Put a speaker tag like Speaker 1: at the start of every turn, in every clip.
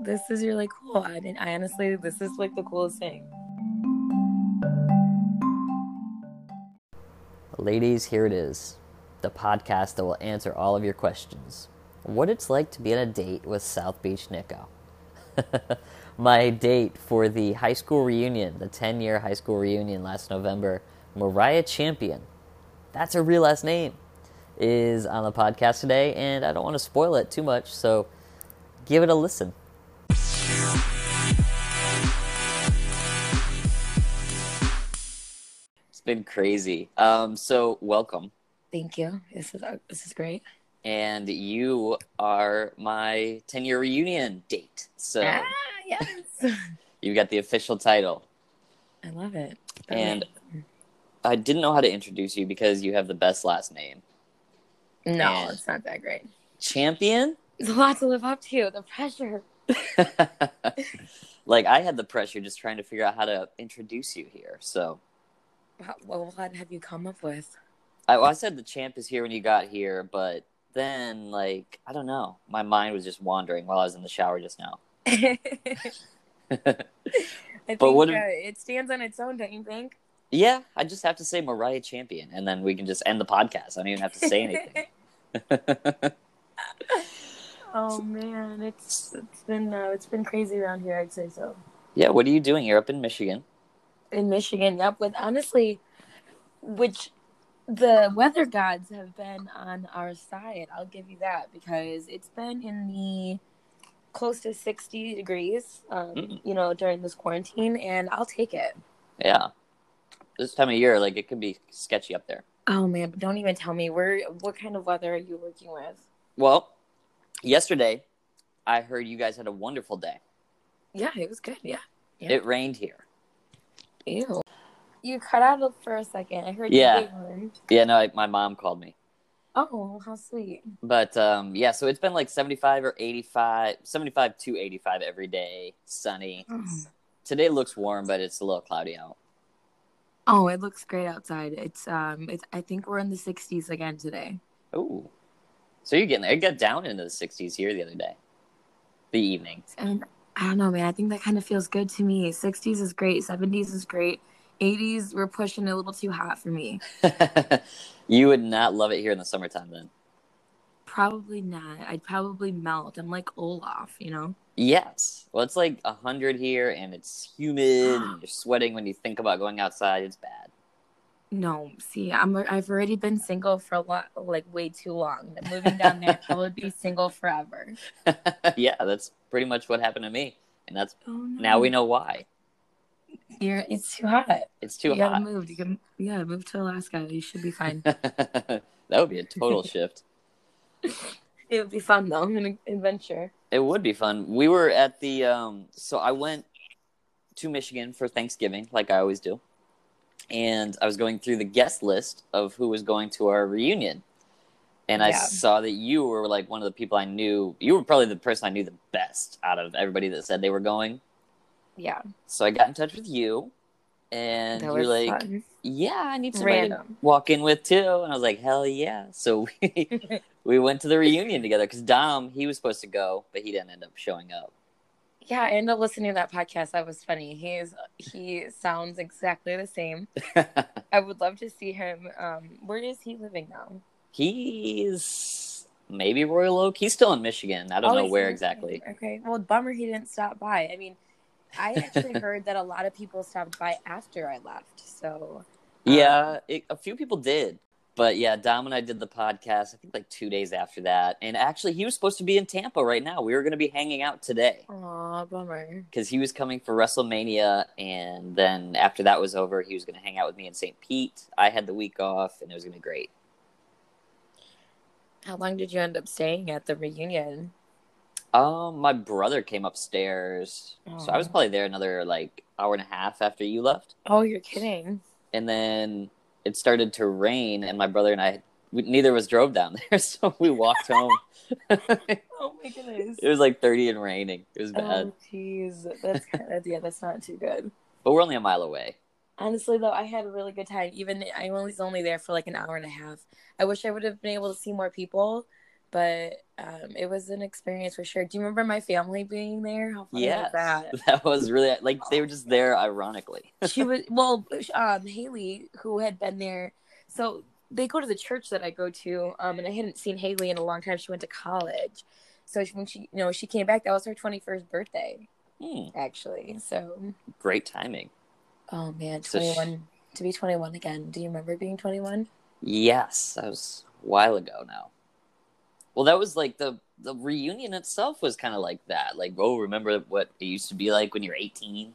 Speaker 1: this is really cool. I didn't, I honestly, this is like the coolest thing.
Speaker 2: Ladies, here it is the podcast that will answer all of your questions. What it's like to be on a date with South Beach Nico. My date for the high school reunion, the 10 year high school reunion last November, Mariah Champion. That's her real last name. Is on the podcast today, and I don't want to spoil it too much, so give it a listen. It's been crazy. Um, so, welcome.
Speaker 1: Thank you. This is uh, this is great.
Speaker 2: and you are my 10 year reunion date. So
Speaker 1: Ah, yes.
Speaker 2: you got the official title.
Speaker 1: I love it.
Speaker 2: And- I didn't know how to introduce you because you have the best last name.
Speaker 1: no,
Speaker 2: and-
Speaker 1: it's not that great.
Speaker 2: Champion?
Speaker 1: It's a lot to live up to. The pressure.
Speaker 2: like I had the pressure just trying to figure out how to introduce you here. So
Speaker 1: Wow, well, what have you come up with?
Speaker 2: I, well, I said the champ is here when you got here, but then like I don't know. My mind was just wandering while I was in the shower just now.
Speaker 1: I think
Speaker 2: what-
Speaker 1: uh, it stands on its own, don't you think?
Speaker 2: Yeah, I just have to say Mariah Champion, and then we can just end the podcast. I don't even have to say anything.
Speaker 1: oh man, it's it's been uh, it's been crazy around here. I'd say so.
Speaker 2: yeah, what are you doing? You're up in Michigan.
Speaker 1: in Michigan. Yep, with honestly, which the weather gods have been on our side. I'll give you that because it's been in the close to 60 degrees, um,
Speaker 2: Mm.
Speaker 1: you know, during this quarantine, and I'll take it.
Speaker 2: Yeah. This time of year, like it could be sketchy up there.
Speaker 1: Oh man, but don't even tell me where what kind of weather are you working with?
Speaker 2: Well, yesterday I heard you guys had a wonderful day.
Speaker 1: Yeah, it was good. Yeah. Yeah.
Speaker 2: It rained here.
Speaker 1: Ew. You cut out for a second. I heard
Speaker 2: Yeah.
Speaker 1: you gave one.
Speaker 2: Yeah, no, I, my mom called me.
Speaker 1: Oh, how sweet.
Speaker 2: But um, yeah, so it's been like 75 or 85, 75 to 85 every day, sunny. Today looks warm, but it's a little cloudy out.
Speaker 1: Oh, it looks great outside. It's um it's I think we're in the 60s again today.
Speaker 2: Ooh. So you're getting there. It got down into the 60s here the other day, the evening.
Speaker 1: and I don't know, man. I think that kind of feels good to me. 60s is great, 70s is great, 80s we're pushing a little too hot for me.
Speaker 2: you would not love it here in the summertime then.
Speaker 1: Probably not. I'd probably melt. I'm like Olaf, you know.
Speaker 2: Yes. Well, it's like 100 here and it's humid and you're sweating when you think about going outside. It's bad.
Speaker 1: No, see, I'm I've already been single for a lot, like way too long. That moving down there, I would be single forever.
Speaker 2: yeah, that's pretty much what happened to me. And that's
Speaker 1: Oh no!
Speaker 2: now we know why.
Speaker 1: You're, it's too hot.
Speaker 2: It's too
Speaker 1: you gotta
Speaker 2: hot.
Speaker 1: move. You can, yeah, move to Alaska. You should be fine.
Speaker 2: that would be a total shift.
Speaker 1: it would be fun though, an adventure.
Speaker 2: It would be fun. We were at the um so I went to Michigan for Thanksgiving like I always do. And I was going through the guest list of who was going to our reunion. And I
Speaker 1: Yeah.
Speaker 2: saw that you were like one of the people I knew. You were probably the person I knew the best out of everybody that said they were going.
Speaker 1: Yeah,
Speaker 2: So I got in touch with you and
Speaker 1: that
Speaker 2: you're
Speaker 1: was
Speaker 2: like,
Speaker 1: fun.
Speaker 2: "Yeah, I need somebody to
Speaker 1: Random.
Speaker 2: walk in with too. And I was like, hell yeah. So we, we went to the reunion together because Dom, he was supposed to go, but he didn't end up showing up.
Speaker 1: Yeah, I ended up listening to that podcast. That was funny. He is he sounds exactly the same. I would love to see him. Um, where is he living now?
Speaker 2: He's maybe Royal Oak. He's still in Michigan. I don't
Speaker 1: Oh,
Speaker 2: know
Speaker 1: he's
Speaker 2: where
Speaker 1: in-
Speaker 2: exactly.
Speaker 1: Okay. Well, bummer he didn't stop by. I mean, I actually heard that a lot of people stopped by after I left. So
Speaker 2: Yeah, it, a few people did. But yeah, Dom and I did the podcast, I think like two days after that. And actually, he was supposed to be in Tampa right now. We were going to be hanging out today.
Speaker 1: Aw, bummer.
Speaker 2: because he was coming for WrestleMania, and then after that was over, he was going to hang out with me in St. Pete. I had the week off, and it was going to be great.
Speaker 1: How long did you end up staying at the reunion?
Speaker 2: Um, my brother came upstairs, so I was
Speaker 1: Aw.
Speaker 2: probably there another like hour and a half after you left,
Speaker 1: Oh, you're kidding.
Speaker 2: and then it started to rain, and my brother and I, we, neither of us drove down there, so we walked home. it
Speaker 1: Oh my goodness.
Speaker 2: was like thirty and raining. It was
Speaker 1: Oh
Speaker 2: bad,
Speaker 1: jeez. That's that's yeah, that's not too good.
Speaker 2: but we're only a mile away.
Speaker 1: Honestly, though, I had a really good time. Even I was only there for like an hour and a half. I wish I would have been able to see more people but um, it was an experience for sure. Do you remember my family being there? How funny
Speaker 2: Yes,
Speaker 1: was that?
Speaker 2: that was really like they were just there ironically.
Speaker 1: she was well um haley who had been there so they go to the church that i go to um and i hadn't seen haley in a long time she went to college so she- when she you know she came back that was her 21st birthday
Speaker 2: Hmm,
Speaker 1: actually so
Speaker 2: great timing.
Speaker 1: oh man
Speaker 2: So she-
Speaker 1: 21 to be 21 again do you remember being 21
Speaker 2: Yes, that was a while ago now. Well, that was like the the reunion itself was kind of like that. Like, oh, remember what it used to be like when you're 18?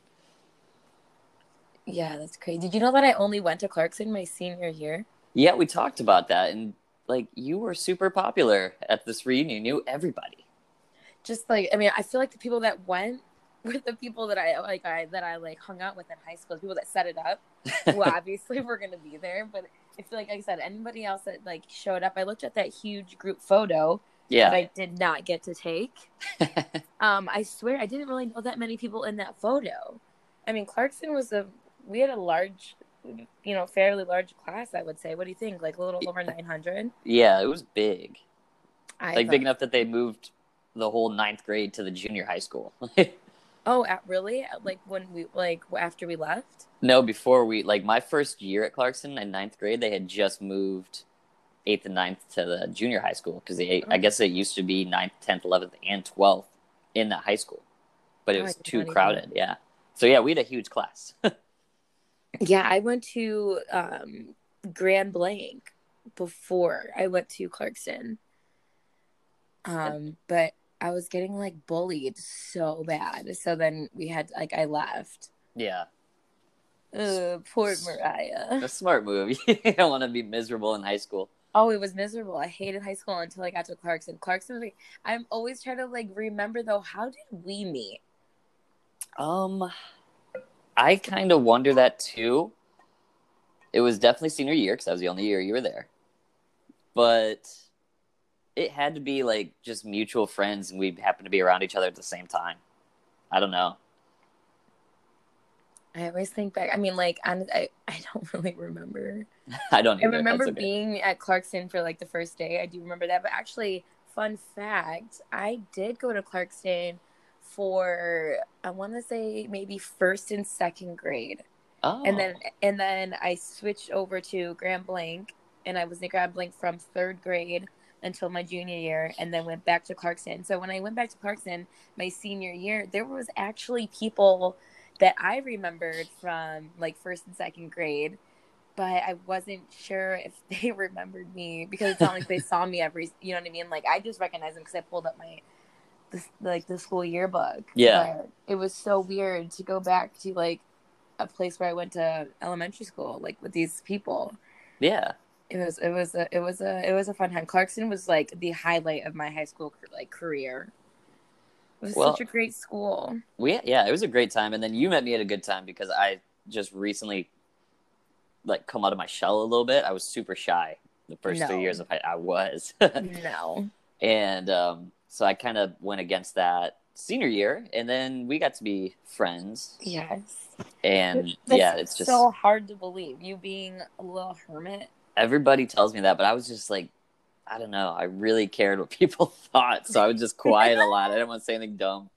Speaker 1: yeah that's crazy did you know that i only went to clarkson my senior year
Speaker 2: Yeah, we talked about that, and like you were super popular at this reunion. You knew everybody.
Speaker 1: just like i mean i feel like the people that went were the people that i like i that i like hung out with in high school the people that set it up well, obviously we're gonna be there, but I feel like, like I said, anybody else that like showed up, I looked at that huge group photo that
Speaker 2: Yeah,
Speaker 1: I did not get to take. um, I swear I didn't really know that many people in that photo. I mean, Clarkson was a we had a large, you know, fairly large class. I would say. What do you think? Like a little over nine hundred.
Speaker 2: yeah, it was big.
Speaker 1: I
Speaker 2: Like
Speaker 1: thought-
Speaker 2: big enough that they moved the whole ninth grade to the junior high school.
Speaker 1: Oh, at, really? At, Like when we like after we left.
Speaker 2: No, before we like my first year at Clarkson in ninth grade, they had just moved eighth and ninth to the junior high school because they
Speaker 1: Oh.
Speaker 2: I guess it used to be ninth, tenth, eleventh, and twelfth in the high school, but it
Speaker 1: Oh, I
Speaker 2: was
Speaker 1: did not
Speaker 2: too
Speaker 1: even-
Speaker 2: crowded. Yeah, so yeah, we had a huge class.
Speaker 1: Yeah, I went to um Grand Blanc before I went to Clarkson. Um, but I was getting like bullied so bad. So then we had like I left.
Speaker 2: yeah,
Speaker 1: Ugh, poor Mariah.
Speaker 2: a smart move. you don't want to be miserable in high school.
Speaker 1: Oh, it was miserable. I hated high school until I got to Clarkson. Clarkson was like I'm always trying to like remember though, how did we meet?
Speaker 2: Um, I kind of wonder that too. It was definitely senior year because that was the only year you were there, but it had to be like just mutual friends, and we happened to be around each other at the same time. I don't know.
Speaker 1: I always think back. I mean, like, I'm, I I don't really remember.
Speaker 2: I don't.
Speaker 1: I
Speaker 2: Either.
Speaker 1: remember
Speaker 2: That's okay.
Speaker 1: being at Clarkson for like the first day. I do remember that. But actually, fun fact, I did go to Clarkson for I want to say maybe first and second grade,
Speaker 2: Oh,
Speaker 1: and then and then I switched over to Grand Blanc, and I was in Grand Blanc from third grade until my junior year, and then went back to Clarkson. So when I went back to Clarkson my senior year, there was actually people that I remembered from like first and second grade, but I wasn't sure if they remembered me because it's not like they saw me every. You know what I mean? Like I just recognized them because I pulled up my. This, like the school yearbook.
Speaker 2: Yeah.
Speaker 1: But it was so weird to go back to like a place where I went to elementary school, like with these people.
Speaker 2: yeah,
Speaker 1: It was it was a it was a it was a fun time. Clarkson was like the highlight of my high school like career. It was
Speaker 2: Well-
Speaker 1: such a great school.
Speaker 2: we yeah, it was a great time. And then you met me at a good time because I just recently like come out of my shell a little bit. I was super shy the first
Speaker 1: No.
Speaker 2: three years of high. I was.
Speaker 1: no,
Speaker 2: and um, so I kind of went against that senior year, and then we got to be friends.
Speaker 1: yes,
Speaker 2: And
Speaker 1: That's
Speaker 2: yeah, it's just
Speaker 1: so hard to believe you being a little hermit.
Speaker 2: everybody tells me that, but I was just like, I don't know. I really cared what people thought, so I was just quiet a lot. I didn't want to say anything dumb.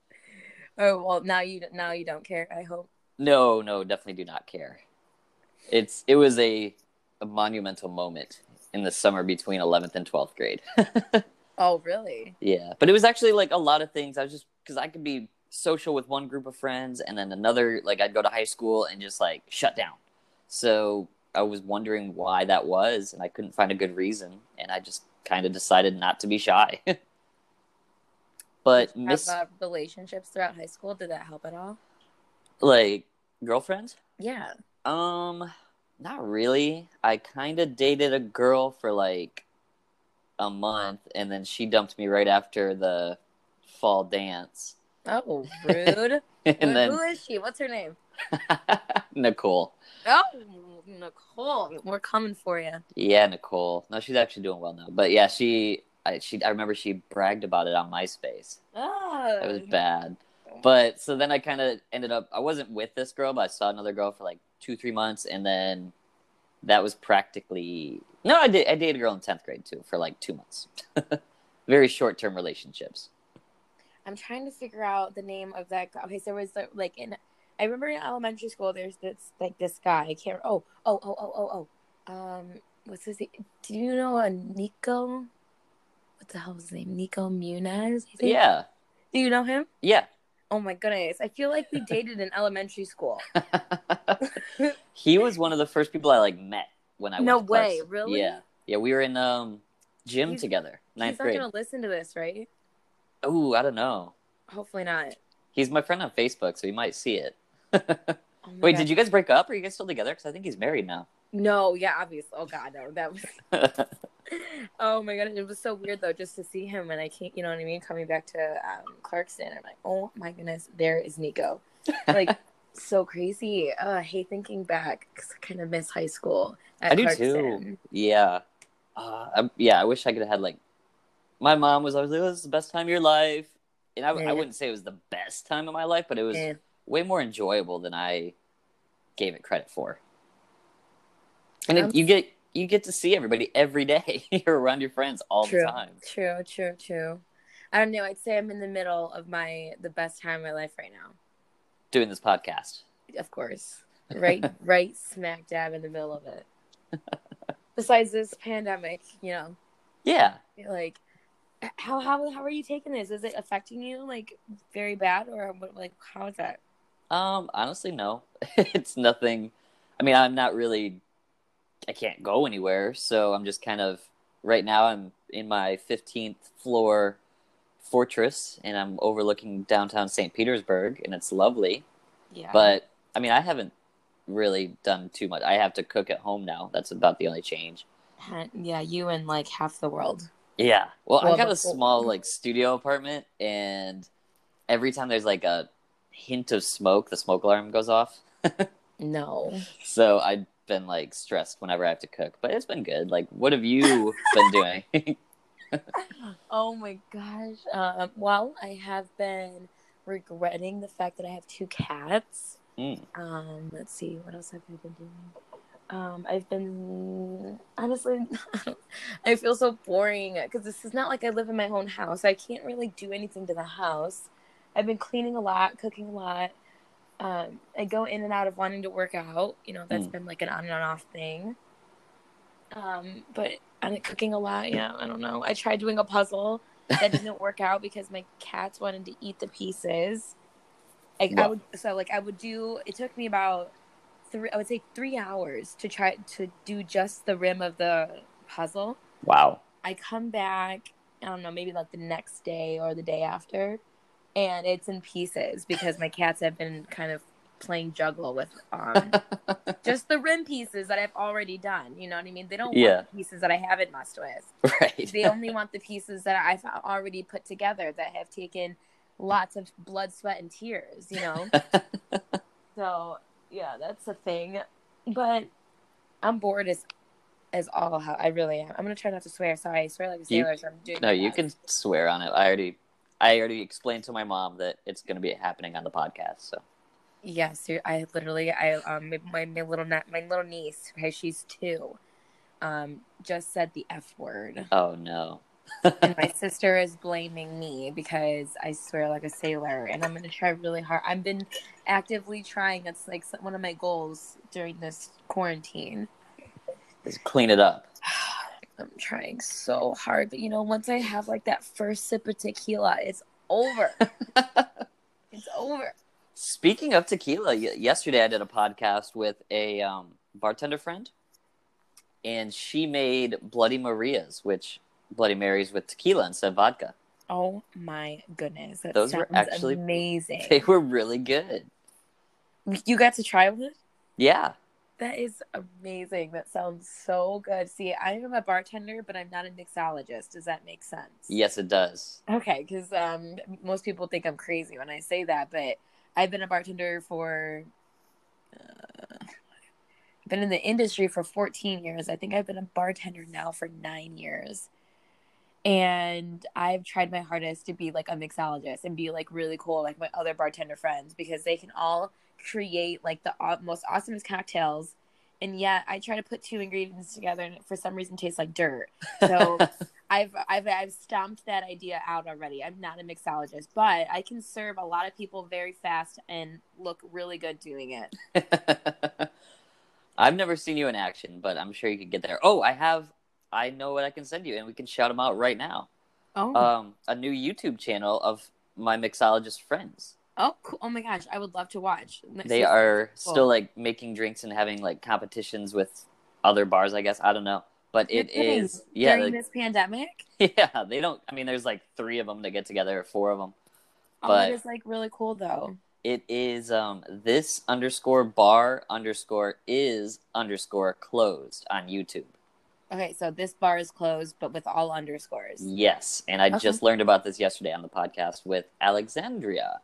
Speaker 1: Oh well, now you now you don't care. I hope.
Speaker 2: No, no, definitely do not care. It's it was a, a monumental moment in the summer between 11th and 12th grade.
Speaker 1: Oh really?
Speaker 2: Yeah, but it was actually like a lot of things. I was just because I could be social with one group of friends and then another. Like I'd go to high school and just like shut down. So I was wondering why that was, and I couldn't find a good reason. And I just kind of decided not to be shy. but
Speaker 1: Have
Speaker 2: miss
Speaker 1: uh, relationships throughout high school? Did that help at all?
Speaker 2: like girlfriend.
Speaker 1: Yeah.
Speaker 2: Um, not really. I kind of dated a girl for like a month, and then she dumped me right after the fall dance,
Speaker 1: Oh rude. Who-
Speaker 2: and then.
Speaker 1: who is she? What's her name?
Speaker 2: Nicole.
Speaker 1: Oh, Nicole, we're coming for you.
Speaker 2: Yeah, Nicole. No, she's actually doing well now. But yeah, she, I, she, I remember she bragged about it on MySpace.
Speaker 1: Oh,
Speaker 2: It was bad. But so then I kind of ended up. I wasn't with this girl, but I saw another girl for like two, three months, and then that was practically. No, I did. I dated a girl in tenth grade too for like two months. very short term relationships.
Speaker 1: I'm trying to figure out the name of that guy. Okay, so there was like- like in I remember in elementary school there's this like this guy. I can't oh oh oh oh oh oh. Um what's his name? Do you know a Nico? What the hell was his name? Nico Munez? I think?
Speaker 2: Yeah.
Speaker 1: Do you know him?
Speaker 2: Yeah.
Speaker 1: Oh my goodness. I feel like we dated in elementary school.
Speaker 2: he was one of the first people I like met when I
Speaker 1: no
Speaker 2: went to class.
Speaker 1: way, really?
Speaker 2: Yeah. Yeah, we were in um gym
Speaker 1: He's-
Speaker 2: together, ninth
Speaker 1: He's not
Speaker 2: grade.
Speaker 1: gonna listen to this, right?
Speaker 2: Ooh, I don't know.
Speaker 1: Hopefully not.
Speaker 2: He's my friend on Facebook, so he might see it.
Speaker 1: Oh my
Speaker 2: Wait,
Speaker 1: God.
Speaker 2: did you guys break up? Are you guys still together? Because I think he's married now.
Speaker 1: No, yeah, obviously. Oh god, no, that was Oh my god, it was so weird though, just to see him and I can't, you know what I mean, coming back to um, Clarkston. I'm like, oh my goodness, there is Nico, like so crazy. Uh, I hate thinking back 'cause I kind of miss high school. At
Speaker 2: I do
Speaker 1: Clarkston.
Speaker 2: too. Yeah. Uh, I, yeah, I wish I could have had like. My mom was always like, "Oh, this is the best time of your life," and I,
Speaker 1: Yeah.
Speaker 2: I wouldn't say it was the best time of my life, but it was
Speaker 1: Eh.
Speaker 2: way more enjoyable than I gave it credit for. And
Speaker 1: I'm-
Speaker 2: it, you get you get to see everybody every day. You're around your friends all
Speaker 1: True.
Speaker 2: the time.
Speaker 1: True, true, true. I don't know. I'd say I'm in the middle of my the best time of my life right now.
Speaker 2: Doing this podcast.
Speaker 1: Of course, right, right, smack dab in the middle of it. Besides this pandemic, you know,
Speaker 2: Yeah.
Speaker 1: like how how how are you taking this? Is it affecting you like very bad or what, like how is that?
Speaker 2: Um. Honestly, no. it's nothing. I mean, I'm not really. I can't go anywhere, so I'm just kind of right now. I'm in my 15th floor fortress, and I'm overlooking downtown St. Petersburg, and it's lovely.
Speaker 1: Yeah,
Speaker 2: But I mean, I haven't really done too much. I have to cook at home now. That's about the only change.
Speaker 1: yeah, you and like half the world.
Speaker 2: Yeah. Well,
Speaker 1: Well,
Speaker 2: I got
Speaker 1: the-
Speaker 2: a small like studio apartment, and every time there's like a hint of smoke, the smoke alarm goes off.
Speaker 1: No,
Speaker 2: So I've been like stressed whenever I have to cook, but it's been good. Like, what have you been doing?
Speaker 1: oh my gosh. Um, well, I have been regretting the fact that I have two cats.
Speaker 2: Mm.
Speaker 1: Um, let's see, what else have I been doing? Um, I've been honestly, I feel so boring because this is not like I live in my own house. I can't really do anything to the house. I've been cleaning a lot, cooking a lot. Um, I go in and out of wanting to work out. You know, that's
Speaker 2: Mm.
Speaker 1: been like an on and off thing. Um, but I'm cooking a lot. Yeah, I don't know. I tried doing a puzzle that didn't work out because my cats wanted to eat the pieces. Like I
Speaker 2: Wow.
Speaker 1: would, so like I would do. It took me about three. I would say three hours to try to do just the rim of the puzzle.
Speaker 2: wow.
Speaker 1: I come back. I don't know, maybe like the next day or the day after, and it's in pieces because my cats have been kind of playing juggle with um, just the rim pieces that I've already done. You know what I mean? They don't
Speaker 2: Yeah.
Speaker 1: want the pieces that I haven't messed with
Speaker 2: Right.
Speaker 1: they only want the pieces that I've already put together that have taken lots of blood, sweat, and tears, you know? so, yeah, that's a thing. But I'm bored as as all hell. I really am. I'm going to try not to swear. Sorry, I swear like a
Speaker 2: You-
Speaker 1: sailor, so I'm doing
Speaker 2: no,
Speaker 1: my
Speaker 2: you
Speaker 1: best.
Speaker 2: can swear on it. I already, I already explained to my mom that it's going to be happening on the podcast. So
Speaker 1: Yes, you're- I literally, I um, my, my little na- my little niece, okay, she's two, um, just said the f word,
Speaker 2: Oh no.
Speaker 1: and my sister is blaming me because I swear like a sailor, and I'm gonna try really hard. I've been actively trying. That's like some- one of my goals during this quarantine.
Speaker 2: Just clean it up.
Speaker 1: I'm trying so hard, but you know, once I have like that first sip of tequila, it's over. it's over.
Speaker 2: Speaking of tequila, y- yesterday I did a podcast with a um, bartender friend, and she made Bloody Marias, which Bloody Marys with tequila instead of vodka.
Speaker 1: Oh my goodness, that
Speaker 2: Those were
Speaker 1: sounds
Speaker 2: actually-
Speaker 1: amazing.
Speaker 2: They were really good.
Speaker 1: You got to try one.
Speaker 2: Yeah.
Speaker 1: That is amazing. That sounds so good. See, I am a bartender, but I'm not a mixologist. Does that make sense?
Speaker 2: Yes, it does.
Speaker 1: Okay, because um, most people think I'm crazy when I say that, but I've been a bartender for, uh, been in the industry for 14 years. I think I've been a bartender now for nine years. And I've tried my hardest to be like a mixologist and be like really cool, like my other bartender friends, because they can all create like the au- most awesomest cocktails. And yet I try to put two ingredients together and it for some reason tastes like dirt. So I've I've I've stomped that idea out already. I'm not a mixologist, but I can serve a lot of people very fast and look really good doing it.
Speaker 2: I've never seen you in action, but I'm sure you could get there. Oh, I have. I know what I can send you, and we can shout them out right now.
Speaker 1: Oh,
Speaker 2: Um, a new YouTube channel of my mixologist friends.
Speaker 1: oh, cool. oh my gosh! I would love to watch.
Speaker 2: They are still like making drinks and having like competitions with other bars. I guess I don't know, but
Speaker 1: You're
Speaker 2: it
Speaker 1: kidding.
Speaker 2: is yeah,
Speaker 1: during
Speaker 2: like-
Speaker 1: this pandemic.
Speaker 2: yeah. They don't. I mean, there's like three of them that get together, or four of them.
Speaker 1: Oh,
Speaker 2: but-
Speaker 1: it is like really cool though.
Speaker 2: It is um this underscore bar underscore is underscore closed on YouTube.
Speaker 1: Okay, so this bar is closed, but with all underscores.
Speaker 2: Mm. Yes, and I
Speaker 1: Okay.
Speaker 2: just learned about this yesterday on the podcast with Alexandria.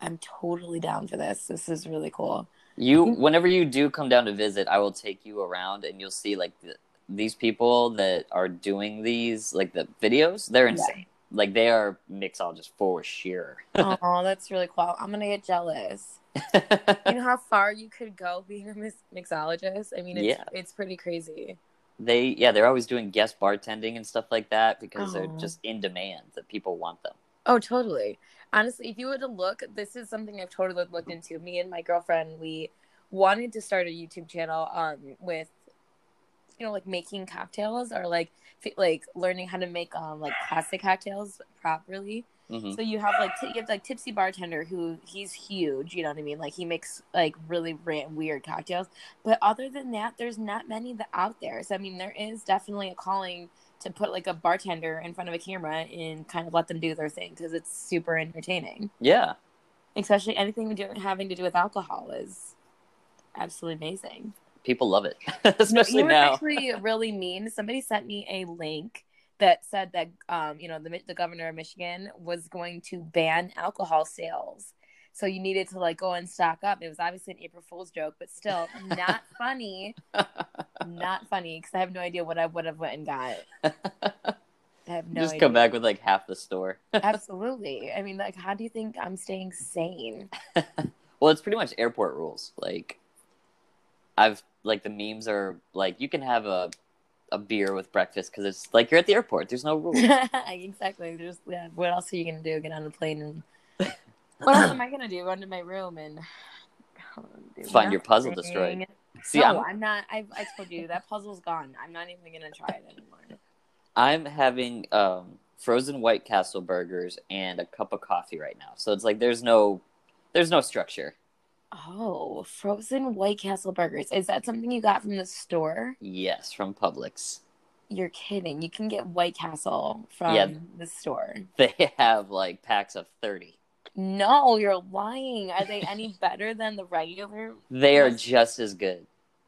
Speaker 1: I'm totally down for this. This is really cool.
Speaker 2: You,
Speaker 1: Mm.
Speaker 2: whenever you do come down to visit, I will take you around, and you'll see like the, these people that are doing these like the videos. They're
Speaker 1: Yeah.
Speaker 2: insane. Like they are mixologists for sure.
Speaker 1: oh, that's really cool. I'm gonna get jealous. You know how far you could go being a mix- mixologist? I mean, it's,
Speaker 2: Yeah.
Speaker 1: it's pretty crazy.
Speaker 2: they yeah, they're always doing guest bartending and stuff like that because they're
Speaker 1: Oh.
Speaker 2: just in demand that people want them.
Speaker 1: Oh, totally. Honestly, if you were to look, this is something I've totally looked into. Me and my girlfriend, we wanted to start a YouTube channel um with you know like making cocktails or like f- like learning how to make um like classic cocktails properly.
Speaker 2: hmm
Speaker 1: So you have like t- you have like tipsy bartender who he's huge, you know what I mean? Like he makes like really ra- weird cocktails. But other than that, there's not many that out there. So I mean, there is definitely a calling to put like a bartender in front of a camera and kind of let them do their thing because it's super entertaining.
Speaker 2: Yeah,
Speaker 1: Especially anything do- having to do with alcohol is absolutely amazing.
Speaker 2: people love it, especially
Speaker 1: You were
Speaker 2: now.
Speaker 1: actually really mean. Somebody sent me a link that said that um, you know the mi- the governor of Michigan was going to ban alcohol sales. So you needed to like go and stock up. It was obviously an April Fool's joke, but still not funny. Not funny because I have no idea what I would have went and got. I have no
Speaker 2: just
Speaker 1: idea.
Speaker 2: come back with like half the store.
Speaker 1: Absolutely. I mean, like, how do you think I'm staying sane?
Speaker 2: Well, it's pretty much airport rules. Like, I've like the memes are like you can have a a beer with breakfast because it's like you're at the airport. There's no rules.
Speaker 1: exactly. There's yeah. What else are you gonna do? Get on a plane and what else am I gonna do? Run to my room and do
Speaker 2: Find your puzzle
Speaker 1: nothing.
Speaker 2: destroyed. See,
Speaker 1: no,
Speaker 2: I'm
Speaker 1: I'm not. I, I told you that puzzle's gone. I'm not even gonna try it anymore.
Speaker 2: I'm having um, frozen White Castle burgers and a cup of coffee right now. So it's like there's no there's no structure.
Speaker 1: Oh, frozen White Castle burgers. Is that something you got from the store?
Speaker 2: Yes, from Publix,
Speaker 1: You're kidding. You can get White Castle from
Speaker 2: Yeah.
Speaker 1: the store.
Speaker 2: they have like packs of thirty.
Speaker 1: No, you're lying. Are they any better than the regular?
Speaker 2: They are
Speaker 1: Yes.
Speaker 2: just as good.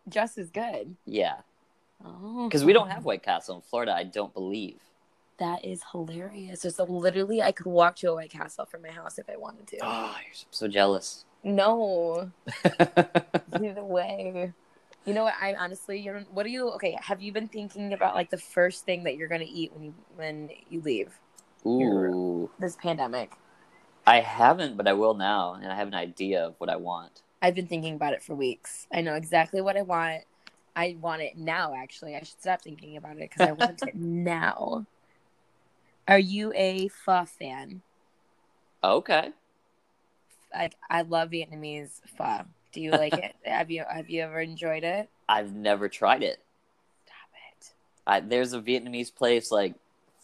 Speaker 1: Just as good.
Speaker 2: Yeah,
Speaker 1: Oh,
Speaker 2: because we don't have White Castle in Florida. I don't believe.
Speaker 1: That is hilarious. So, so literally, I could walk to a White Castle from my house if I wanted to.
Speaker 2: Oh, you're so jealous.
Speaker 1: no, either way. You know what? I honestly, you don't. What are you? Okay, have you been thinking about like the first thing that you're gonna eat when you when you leave
Speaker 2: Ooh,
Speaker 1: this pandemic?
Speaker 2: I haven't, but I will now, and I have an idea of what I want.
Speaker 1: I've been thinking about it for weeks. I know exactly what I want. I want it now. Actually, I should stop thinking about it because I want it now. Are you a pho fan?
Speaker 2: Okay,
Speaker 1: like I love Vietnamese pho. Do you like it? have you have you ever enjoyed it?
Speaker 2: I've never tried it.
Speaker 1: Stop it.
Speaker 2: I, there's a Vietnamese place like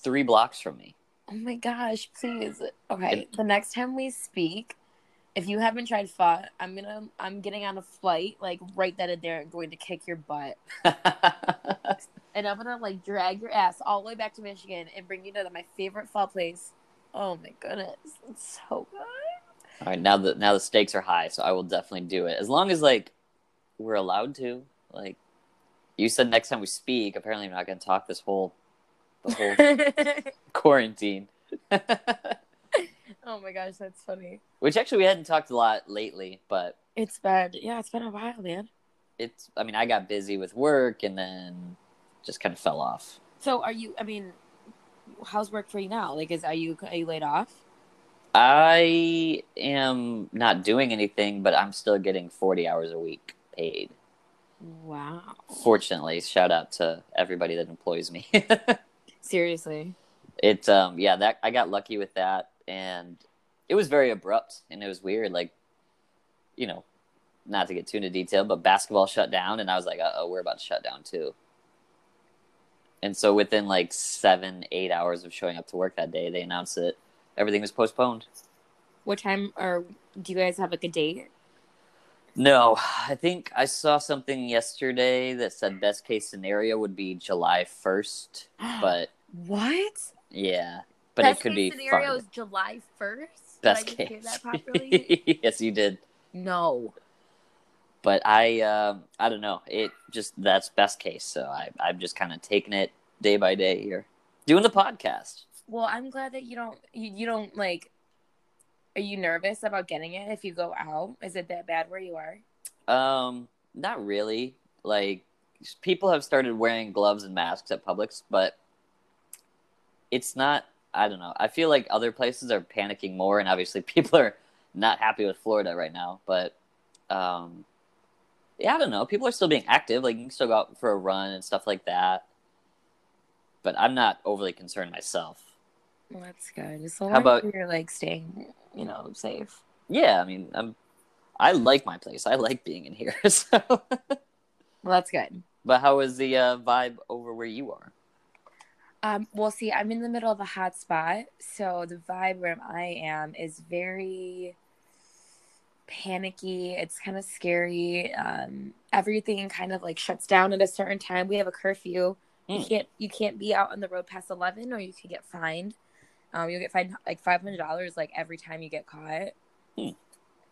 Speaker 2: three blocks from me.
Speaker 1: Oh my gosh, please. Okay. The next time we speak, if you haven't tried pho, I'm gonna I'm getting on a flight, like right then and there and going to kick your butt. And I'm gonna like drag your ass all the way back to Michigan and bring you to my favorite pho place. Oh my goodness. It's so good.
Speaker 2: All right, now the now the stakes are high, so I will definitely do it as long as like we're allowed to. Like you said, next time we speak, apparently I'm not going to talk this whole the whole quarantine.
Speaker 1: oh my gosh, that's funny.
Speaker 2: Which actually we hadn't talked a lot lately, but
Speaker 1: It's been yeah, it's been a while, man.
Speaker 2: it's I mean I got busy with work and then just kind of fell off.
Speaker 1: So are you? I mean, how's work for you now? Like, is are you are you laid off?
Speaker 2: I am not doing anything, but I'm still getting 40 hours a week paid.
Speaker 1: Wow.
Speaker 2: Fortunately, shout out to everybody that employs me.
Speaker 1: Seriously.
Speaker 2: It's um yeah that I got lucky with that and it was very abrupt and it was weird like you know not to get too into detail but basketball shut down and I was like uh oh we're about to shut down too and so within like seven eight hours of showing up to work that day they announced that everything was postponed
Speaker 1: What time or do you guys have like a date?
Speaker 2: no I think I saw something yesterday that said best case scenario would be July first but
Speaker 1: what?
Speaker 2: yeah but
Speaker 1: Best
Speaker 2: it could
Speaker 1: case
Speaker 2: be
Speaker 1: scenario
Speaker 2: farther.
Speaker 1: is July first.
Speaker 2: best
Speaker 1: Did I
Speaker 2: case
Speaker 1: just hear that properly?
Speaker 2: yes you did
Speaker 1: no.
Speaker 2: but I um, I don't know. It just that's best case. So I I'm just kind of taking it day by day here, doing the podcast.
Speaker 1: Well, I'm glad that you don't. You, you don't like. Are you nervous about getting it if you go out? Is it that bad where you are?
Speaker 2: Um, not really. Like people have started wearing gloves and masks at Publix, but it's not. I don't know. I feel like other places are panicking more, and obviously people are not happy with Florida right now. But um, yeah, I don't know. People are still being active. Like you can still go out for a run and stuff like that. But I'm not overly concerned myself.
Speaker 1: Well, that's good. So long as
Speaker 2: How about-
Speaker 1: you're like staying, you know, safe?
Speaker 2: Yeah, I mean, I'm, I like my place. I like being in here. So,
Speaker 1: Well, that's good.
Speaker 2: but how is the uh, vibe over where you are?
Speaker 1: Um, well, see, I'm in the middle of a hot spot, so the vibe where I am is very panicky. It's kind of scary. Um, everything kind of like shuts down at a certain time. We have a curfew. You
Speaker 2: Hmm.
Speaker 1: can't you can't be out on the road past eleven, or you could get fined. Um, you'll get fined like five hundred dollars like every time you get caught.
Speaker 2: Hmm.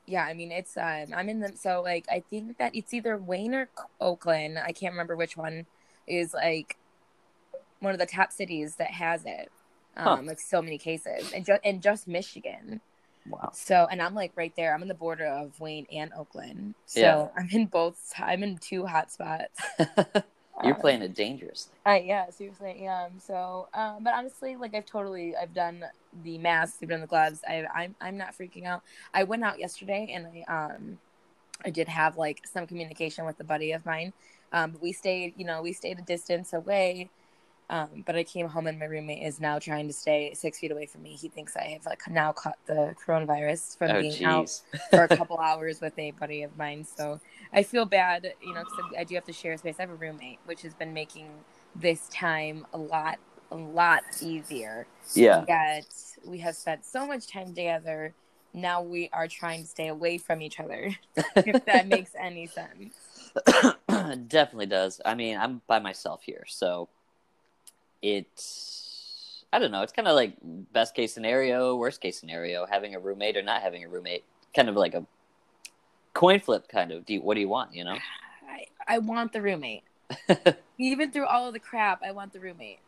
Speaker 1: Yeah, I mean it's um, I'm in them. So like I think that it's either Wayne or Oakland. I can't remember which one is like one of the top cities that has it.
Speaker 2: Huh.
Speaker 1: Um, Like so many cases, and just and just Michigan.
Speaker 2: Wow.
Speaker 1: So, and I'm like right there. I'm on the border of Wayne and Oakland. So
Speaker 2: Yeah.
Speaker 1: I'm in both. I'm in two hot spots.
Speaker 2: You're
Speaker 1: Uh,
Speaker 2: playing it dangerously.
Speaker 1: I yeah, seriously, yeah. um, So, um, but honestly, like I've totally, I've done the mask, I've done the gloves. I, I'm, I'm not freaking out. I went out yesterday, and I, um, I did have like some communication with a buddy of mine. Um, we stayed, you know, we stayed a distance away. Um, but I came home, and my roommate is now trying to stay six feet away from me. He thinks I have like now caught the coronavirus from
Speaker 2: Oh,
Speaker 1: being out
Speaker 2: jeez.
Speaker 1: for a couple hours with a buddy of mine. So I feel bad, you know, because I do have to share space. I have a roommate, which has been making this time a lot, a lot easier.
Speaker 2: Yeah.
Speaker 1: Yet we have spent so much time together. Now we are trying to stay away from each other, if that makes any sense.
Speaker 2: Definitely does. I mean, I'm by myself here, so it's I don't know. It's kind of like best case scenario, worst case scenario, having a roommate or not having a roommate. Kind of like a coin flip, kind of. Do you, what do you want? You know?
Speaker 1: I, I want the roommate. Even through all of the crap, I want the roommate.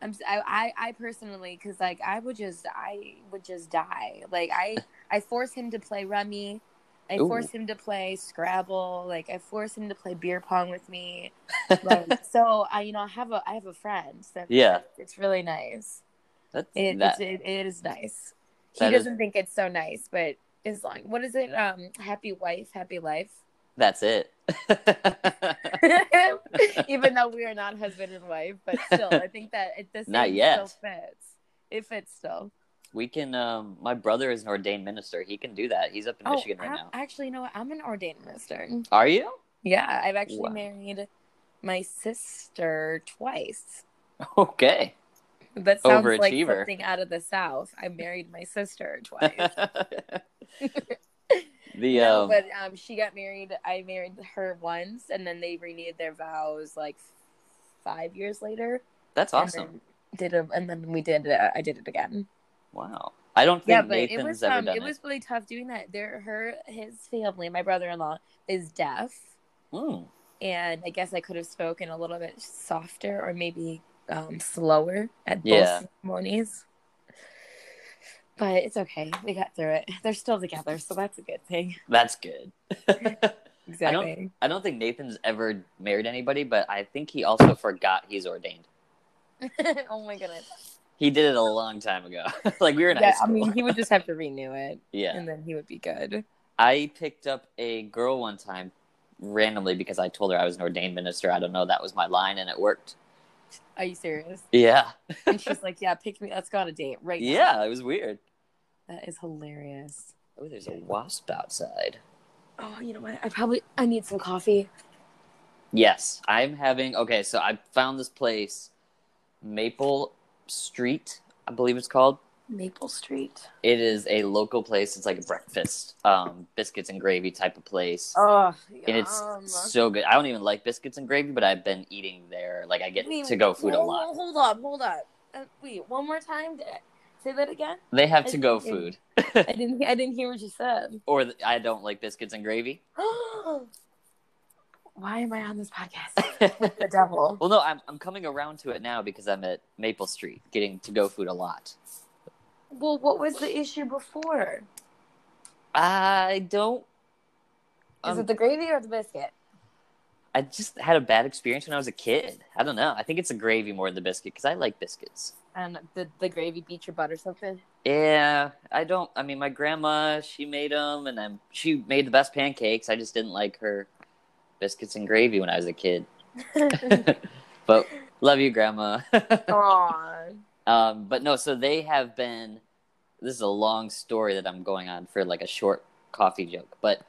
Speaker 1: I'm s- I I, I personally because like I would just I would just die. Like I I force him to play rummy. I
Speaker 2: Ooh.
Speaker 1: force him to play Scrabble. Like I force him to play beer pong with me. Like, so I you know I have a I have a friend. So
Speaker 2: Yeah.
Speaker 1: it's really nice.
Speaker 2: That's
Speaker 1: It, it's,
Speaker 2: that.
Speaker 1: it, it is nice. He
Speaker 2: That is-
Speaker 1: doesn't think it's so nice, but as long what is it? Um, happy wife, happy life.
Speaker 2: That's it.
Speaker 1: even though we are not husband and wife, but still, I think that it this
Speaker 2: Not
Speaker 1: age
Speaker 2: yet.
Speaker 1: still fits. It fits still.
Speaker 2: We can. Um, my brother is an ordained minister. He can do that. He's up in Michigan right
Speaker 1: I,
Speaker 2: now.
Speaker 1: Oh, actually, you know what? I'm an ordained minister.
Speaker 2: Are you?
Speaker 1: Yeah, I've actually
Speaker 2: Wow.
Speaker 1: married my sister twice.
Speaker 2: Okay.
Speaker 1: That sounds like
Speaker 2: Overachiever.
Speaker 1: something out of the South. I married my sister twice.
Speaker 2: the
Speaker 1: No,
Speaker 2: um,
Speaker 1: but um, she got married. I married her once, and then they renewed their vows like five years later.
Speaker 2: that's
Speaker 1: and
Speaker 2: awesome.
Speaker 1: then Did a, and then we did. Uh, I did it again.
Speaker 2: wow. I don't think
Speaker 1: yeah, but
Speaker 2: Nathan's
Speaker 1: it was
Speaker 2: ever
Speaker 1: um,
Speaker 2: done
Speaker 1: it was really tough doing that. There, her, his family, my brother-in-law is deaf,
Speaker 2: Mm,
Speaker 1: and I guess I could have spoken a little bit softer or maybe um, slower at
Speaker 2: Yeah.
Speaker 1: both ceremonies. But it's okay. We got through it. They're still together, so that's a good thing.
Speaker 2: that's good.
Speaker 1: Exactly.
Speaker 2: I don't think Nathan's ever married anybody, but I think he also forgot he's ordained.
Speaker 1: oh my goodness.
Speaker 2: He did it a long time ago. like we were in
Speaker 1: Yeah,
Speaker 2: high
Speaker 1: I
Speaker 2: school.
Speaker 1: mean, he would just have to renew it,
Speaker 2: yeah.
Speaker 1: and then he would be good.
Speaker 2: I picked up a girl one time randomly because I told her I was an ordained minister. I don't know, that was my line and it worked.
Speaker 1: Are you serious?
Speaker 2: Yeah.
Speaker 1: And she's like, Yeah, pick me. Let's go on a date right now.
Speaker 2: Yeah, it was weird.
Speaker 1: That is hilarious.
Speaker 2: Oh, there's a wasp outside.
Speaker 1: Oh, you know what? I probably I need some coffee.
Speaker 2: Yes, I'm having. Okay, so I found this place, Maple Street, I believe it's called.
Speaker 1: Maple Street.
Speaker 2: It is a local place. It's like a breakfast, um, biscuits and gravy type of place.
Speaker 1: Oh,
Speaker 2: and it's so good. I don't even like biscuits and gravy, but I've been eating there. Like I get to go food a lot.
Speaker 1: Hold up, hold up. Uh, wait, one more time. Did I- Say that again.
Speaker 2: They have to go
Speaker 1: I-
Speaker 2: food,
Speaker 1: I didn't. I didn't hear what you said.
Speaker 2: or th- I don't like biscuits and gravy.
Speaker 1: Why am I on this podcast?
Speaker 2: well,
Speaker 1: the devil.
Speaker 2: no, I'm I'm coming around to it now because I'm at Maple Street getting to go food a lot.
Speaker 1: Well, what was the issue before?
Speaker 2: I don't.
Speaker 1: Is
Speaker 2: um,
Speaker 1: it the gravy or the biscuit?
Speaker 2: I just had a bad experience when I was a kid. I don't know. I think it's the gravy more than the biscuit because I like biscuits.
Speaker 1: And the the gravy beat your butt or something.
Speaker 2: Yeah, I don't. I mean, my grandma she made them, and I'm, she made the best pancakes. I just didn't like her biscuits and gravy when I was a kid. but love you, grandma.
Speaker 1: Aw.
Speaker 2: um, but no, so they have been. This is a long story that I'm going on for like a short coffee joke, but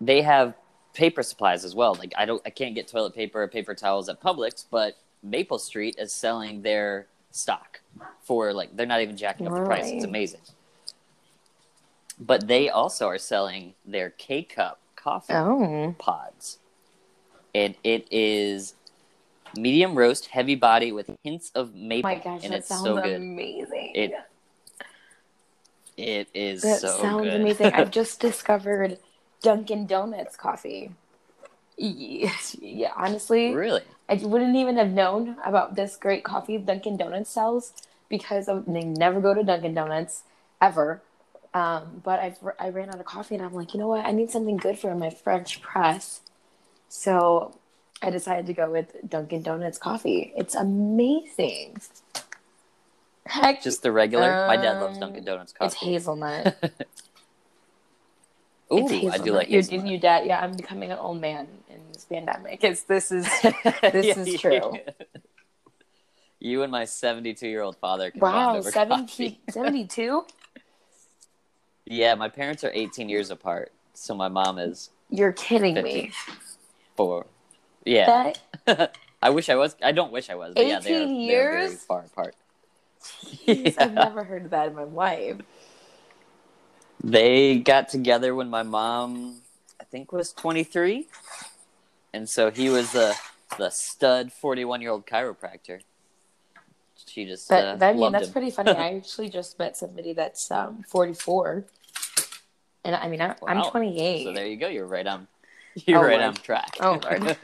Speaker 2: they have paper supplies as well. Like I don't, I can't get toilet paper or paper towels at Publix, but Maple Street is selling their stock for like they're not even jacking up the price. It's
Speaker 1: Really?
Speaker 2: amazing. But they also are selling their K cup coffee
Speaker 1: Oh.
Speaker 2: pods. And it is medium roast, heavy body with hints of maple.
Speaker 1: Oh my gosh,
Speaker 2: and
Speaker 1: that
Speaker 2: it's
Speaker 1: sounds
Speaker 2: so good.
Speaker 1: amazing.
Speaker 2: It It is
Speaker 1: that
Speaker 2: so
Speaker 1: sounds
Speaker 2: good.
Speaker 1: amazing. I just discovered Dunkin' Donuts coffee. Yeah, yeah, honestly,
Speaker 2: really?
Speaker 1: I wouldn't even have known about this great coffee Dunkin' Donuts sells because I would they never go to Dunkin' Donuts ever. Um, but I I ran out of coffee and I'm like, you know what? I need something good for my French press. So I decided to go with Dunkin' Donuts coffee. It's amazing. Heck,
Speaker 2: Just the regular? My dad loves
Speaker 1: Um,
Speaker 2: Dunkin' Donuts
Speaker 1: it's
Speaker 2: coffee.
Speaker 1: hazelnut.
Speaker 2: Ooh,
Speaker 1: It's
Speaker 2: I do
Speaker 1: hazelnut.
Speaker 2: like
Speaker 1: your
Speaker 2: hazelnut.
Speaker 1: your dad. Yeah, I'm becoming an old man in this pandemic. It's this is This is true.
Speaker 2: You and my 72 year old father can
Speaker 1: wow,
Speaker 2: bond over
Speaker 1: 70,
Speaker 2: coffee.
Speaker 1: 72?
Speaker 2: Yeah, my parents are 18 years apart. So my mom is
Speaker 1: You're kidding me.
Speaker 2: 50. four. Yeah.
Speaker 1: That
Speaker 2: I wish I was. I don't wish I was. But yeah, they're,
Speaker 1: 18
Speaker 2: they're very
Speaker 1: years?
Speaker 2: far apart.
Speaker 1: Jeez, I've
Speaker 2: Yeah.
Speaker 1: never heard of that in my life.
Speaker 2: They got together when my mom, I think, was 23, and so he was the the stud 41 year old chiropractor. She just
Speaker 1: But
Speaker 2: uh,
Speaker 1: that, I mean,
Speaker 2: loved
Speaker 1: that's
Speaker 2: him.
Speaker 1: pretty funny. I actually just met somebody that's um, 44, and I mean, I'm,
Speaker 2: Wow.
Speaker 1: I'm 28.
Speaker 2: So there you go. You're right on. You're
Speaker 1: Oh,
Speaker 2: right
Speaker 1: Lord.
Speaker 2: on track.
Speaker 1: Oh, Lord.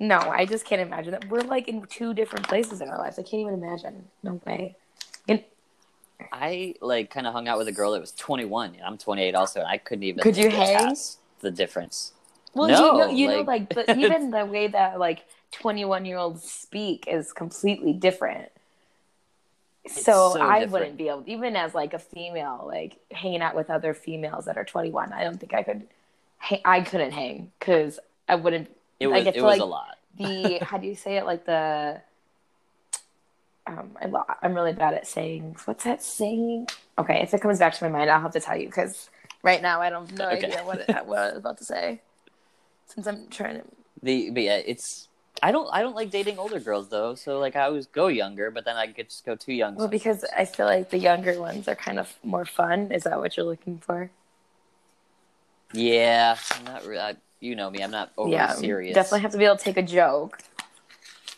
Speaker 1: no, I just can't imagine that. We're like in two different places in our lives. I can't even imagine. No way. And
Speaker 2: I like kind of hung out with a girl that was 21. and I'm 28 also. And I couldn't even.
Speaker 1: Could you hang?
Speaker 2: pass the difference?
Speaker 1: well,
Speaker 2: No,
Speaker 1: you know, you
Speaker 2: like-
Speaker 1: know, like the, even the way that like 21 year olds speak is completely different. So,
Speaker 2: so
Speaker 1: I
Speaker 2: different.
Speaker 1: wouldn't be able, even as like a female, like hanging out with other females that are 21. I don't think I could. ha- I couldn't hang because I wouldn't.
Speaker 2: It
Speaker 1: I
Speaker 2: was.
Speaker 1: get
Speaker 2: It
Speaker 1: to,
Speaker 2: was
Speaker 1: like,
Speaker 2: a lot.
Speaker 1: The how do you say it? Like the. Um, I lo- I'm really bad at saying. What's that saying? Okay, if it comes back to my mind, I'll have to tell you because right now I don't have no
Speaker 2: Okay.
Speaker 1: idea what it, what I was about to say. Since I'm trying to
Speaker 2: the but yeah, it's I don't I don't like dating older girls though. So like I always go younger, but then I could just go too young.
Speaker 1: Well, because I feel like the younger ones are kind of more fun. Is that what you're looking for?
Speaker 2: yeah, I'm not re- I, you know me. Oh, I'm not overly
Speaker 1: yeah,
Speaker 2: serious.
Speaker 1: definitely have to be able to take a joke.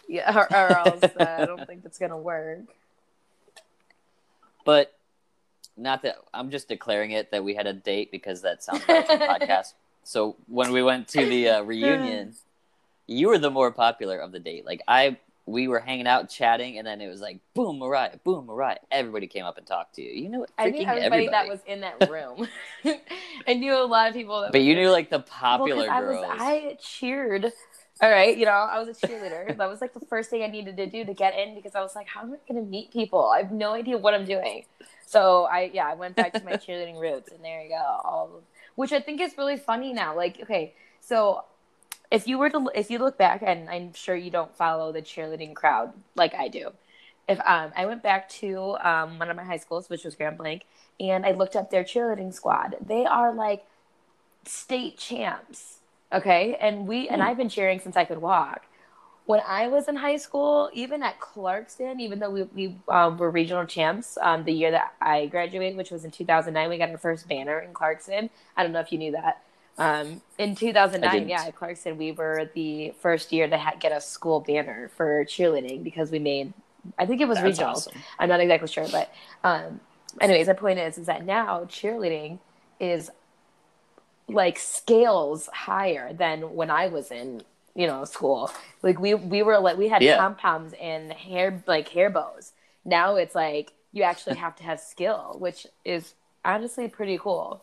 Speaker 1: Yeah, or, or else uh, I don't think that's gonna work.
Speaker 2: But not that I'm just declaring it that we had a date because that sounds bad for the podcast. So when we went to the uh, reunion, you were the more popular of the date. Like I, we were hanging out chatting, and then it was like boom, Mariah, boom, Mariah. Everybody came up and talked to you. You knew it.
Speaker 1: I knew
Speaker 2: freaking
Speaker 1: everybody, that
Speaker 2: everybody.
Speaker 1: was in that room. I knew a lot of people. That
Speaker 2: But
Speaker 1: were-
Speaker 2: you knew like the
Speaker 1: Well, 'cause
Speaker 2: popular
Speaker 1: I was,
Speaker 2: girls.
Speaker 1: I cheered. All right, you know, I was a cheerleader. that was like the first thing I needed to do to get in because I was like, how am I going to meet people? I have no idea what I'm doing. So I, yeah, I went back to my cheerleading roots, and there you go. All, which I think is really funny now. Like, okay, so if you were to if you look back and i'm sure you don't follow the cheerleading crowd like i do if um, i went back to um, one of my high schools which was grand blank and i looked up their cheerleading squad they are like state champs okay and we
Speaker 2: Hmm.
Speaker 1: and i've been cheering since i could walk when i was in high school even at clarkston even though we, we um, were regional champs um, the year that i graduated which was in 2009 we got our first banner in clarkston i don't know if you knew that um, in
Speaker 2: I
Speaker 1: 2009
Speaker 2: didn't.
Speaker 1: yeah at clarkston we were the first year to ha- get a school banner for cheerleading because we made i think it was
Speaker 2: That's
Speaker 1: regional
Speaker 2: awesome.
Speaker 1: I'm not exactly sure, but um, anyways, my point is is that now cheerleading is like scales higher than when I was in you know school. Like we we were like we had
Speaker 2: Yeah.
Speaker 1: pom poms and hair like hair bows. Now it's like you actually have to have skill, which is honestly pretty cool.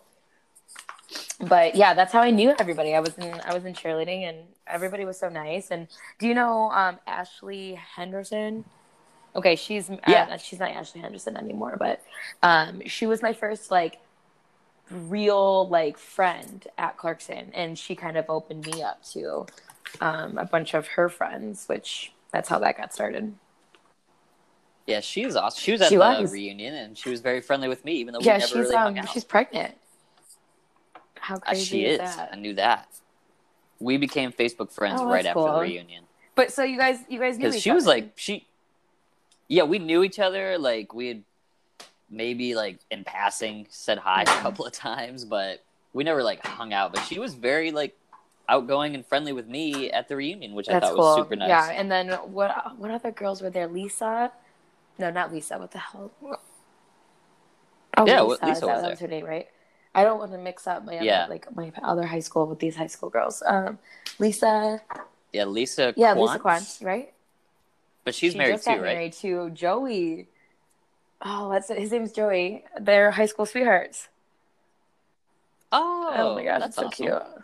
Speaker 1: But yeah, that's how I knew everybody. I was in I was in cheerleading, and everybody was so nice. And do you know um, Ashley Henderson? Okay, she's
Speaker 2: Yeah.
Speaker 1: uh, she's not Ashley Henderson anymore, but um, she was my first like real like friend at Clarkson, and she kind of opened me up to um, a bunch of her friends, which that's how that got started.
Speaker 2: Yeah, she was awesome. She was at
Speaker 1: She
Speaker 2: the
Speaker 1: was.
Speaker 2: reunion and she was very friendly with me, even though
Speaker 1: yeah,
Speaker 2: we never
Speaker 1: she's
Speaker 2: really
Speaker 1: um
Speaker 2: hung out.
Speaker 1: she's pregnant. How
Speaker 2: Uh,
Speaker 1: crazy
Speaker 2: she
Speaker 1: is,
Speaker 2: is.
Speaker 1: that?
Speaker 2: I knew that. We became Facebook friends
Speaker 1: Oh,
Speaker 2: right
Speaker 1: that's
Speaker 2: after the
Speaker 1: cool.
Speaker 2: reunion
Speaker 1: But so you guys, you guys knew
Speaker 2: because
Speaker 1: each
Speaker 2: she was
Speaker 1: other.
Speaker 2: like she. Yeah, we knew each other. Like we had maybe like in passing said hi a
Speaker 1: Mhm.
Speaker 2: couple of times, but we never like hung out. But she was very like outgoing and friendly with me at the reunion, which I thought was super nice.
Speaker 1: Yeah, and then what? What other girls were there? Lisa? No, not Lisa. What the hell? Oh,
Speaker 2: Yeah,
Speaker 1: Lisa.
Speaker 2: Lisa was
Speaker 1: that, that
Speaker 2: there.
Speaker 1: was her name, right? I don't want to mix up my other,
Speaker 2: Yeah.
Speaker 1: like my other high school with these high school girls. Um, Lisa.
Speaker 2: Yeah, Lisa.
Speaker 1: Yeah,
Speaker 2: Quantz,
Speaker 1: Lisa Quan, right?
Speaker 2: But she's
Speaker 1: she
Speaker 2: married
Speaker 1: just
Speaker 2: too,
Speaker 1: got
Speaker 2: right?
Speaker 1: married to Joey. Oh, that's it. His name's Joey. They're high school sweethearts.
Speaker 2: Oh,
Speaker 1: Oh, my gosh, that's
Speaker 2: that's
Speaker 1: so
Speaker 2: awesome.
Speaker 1: cute.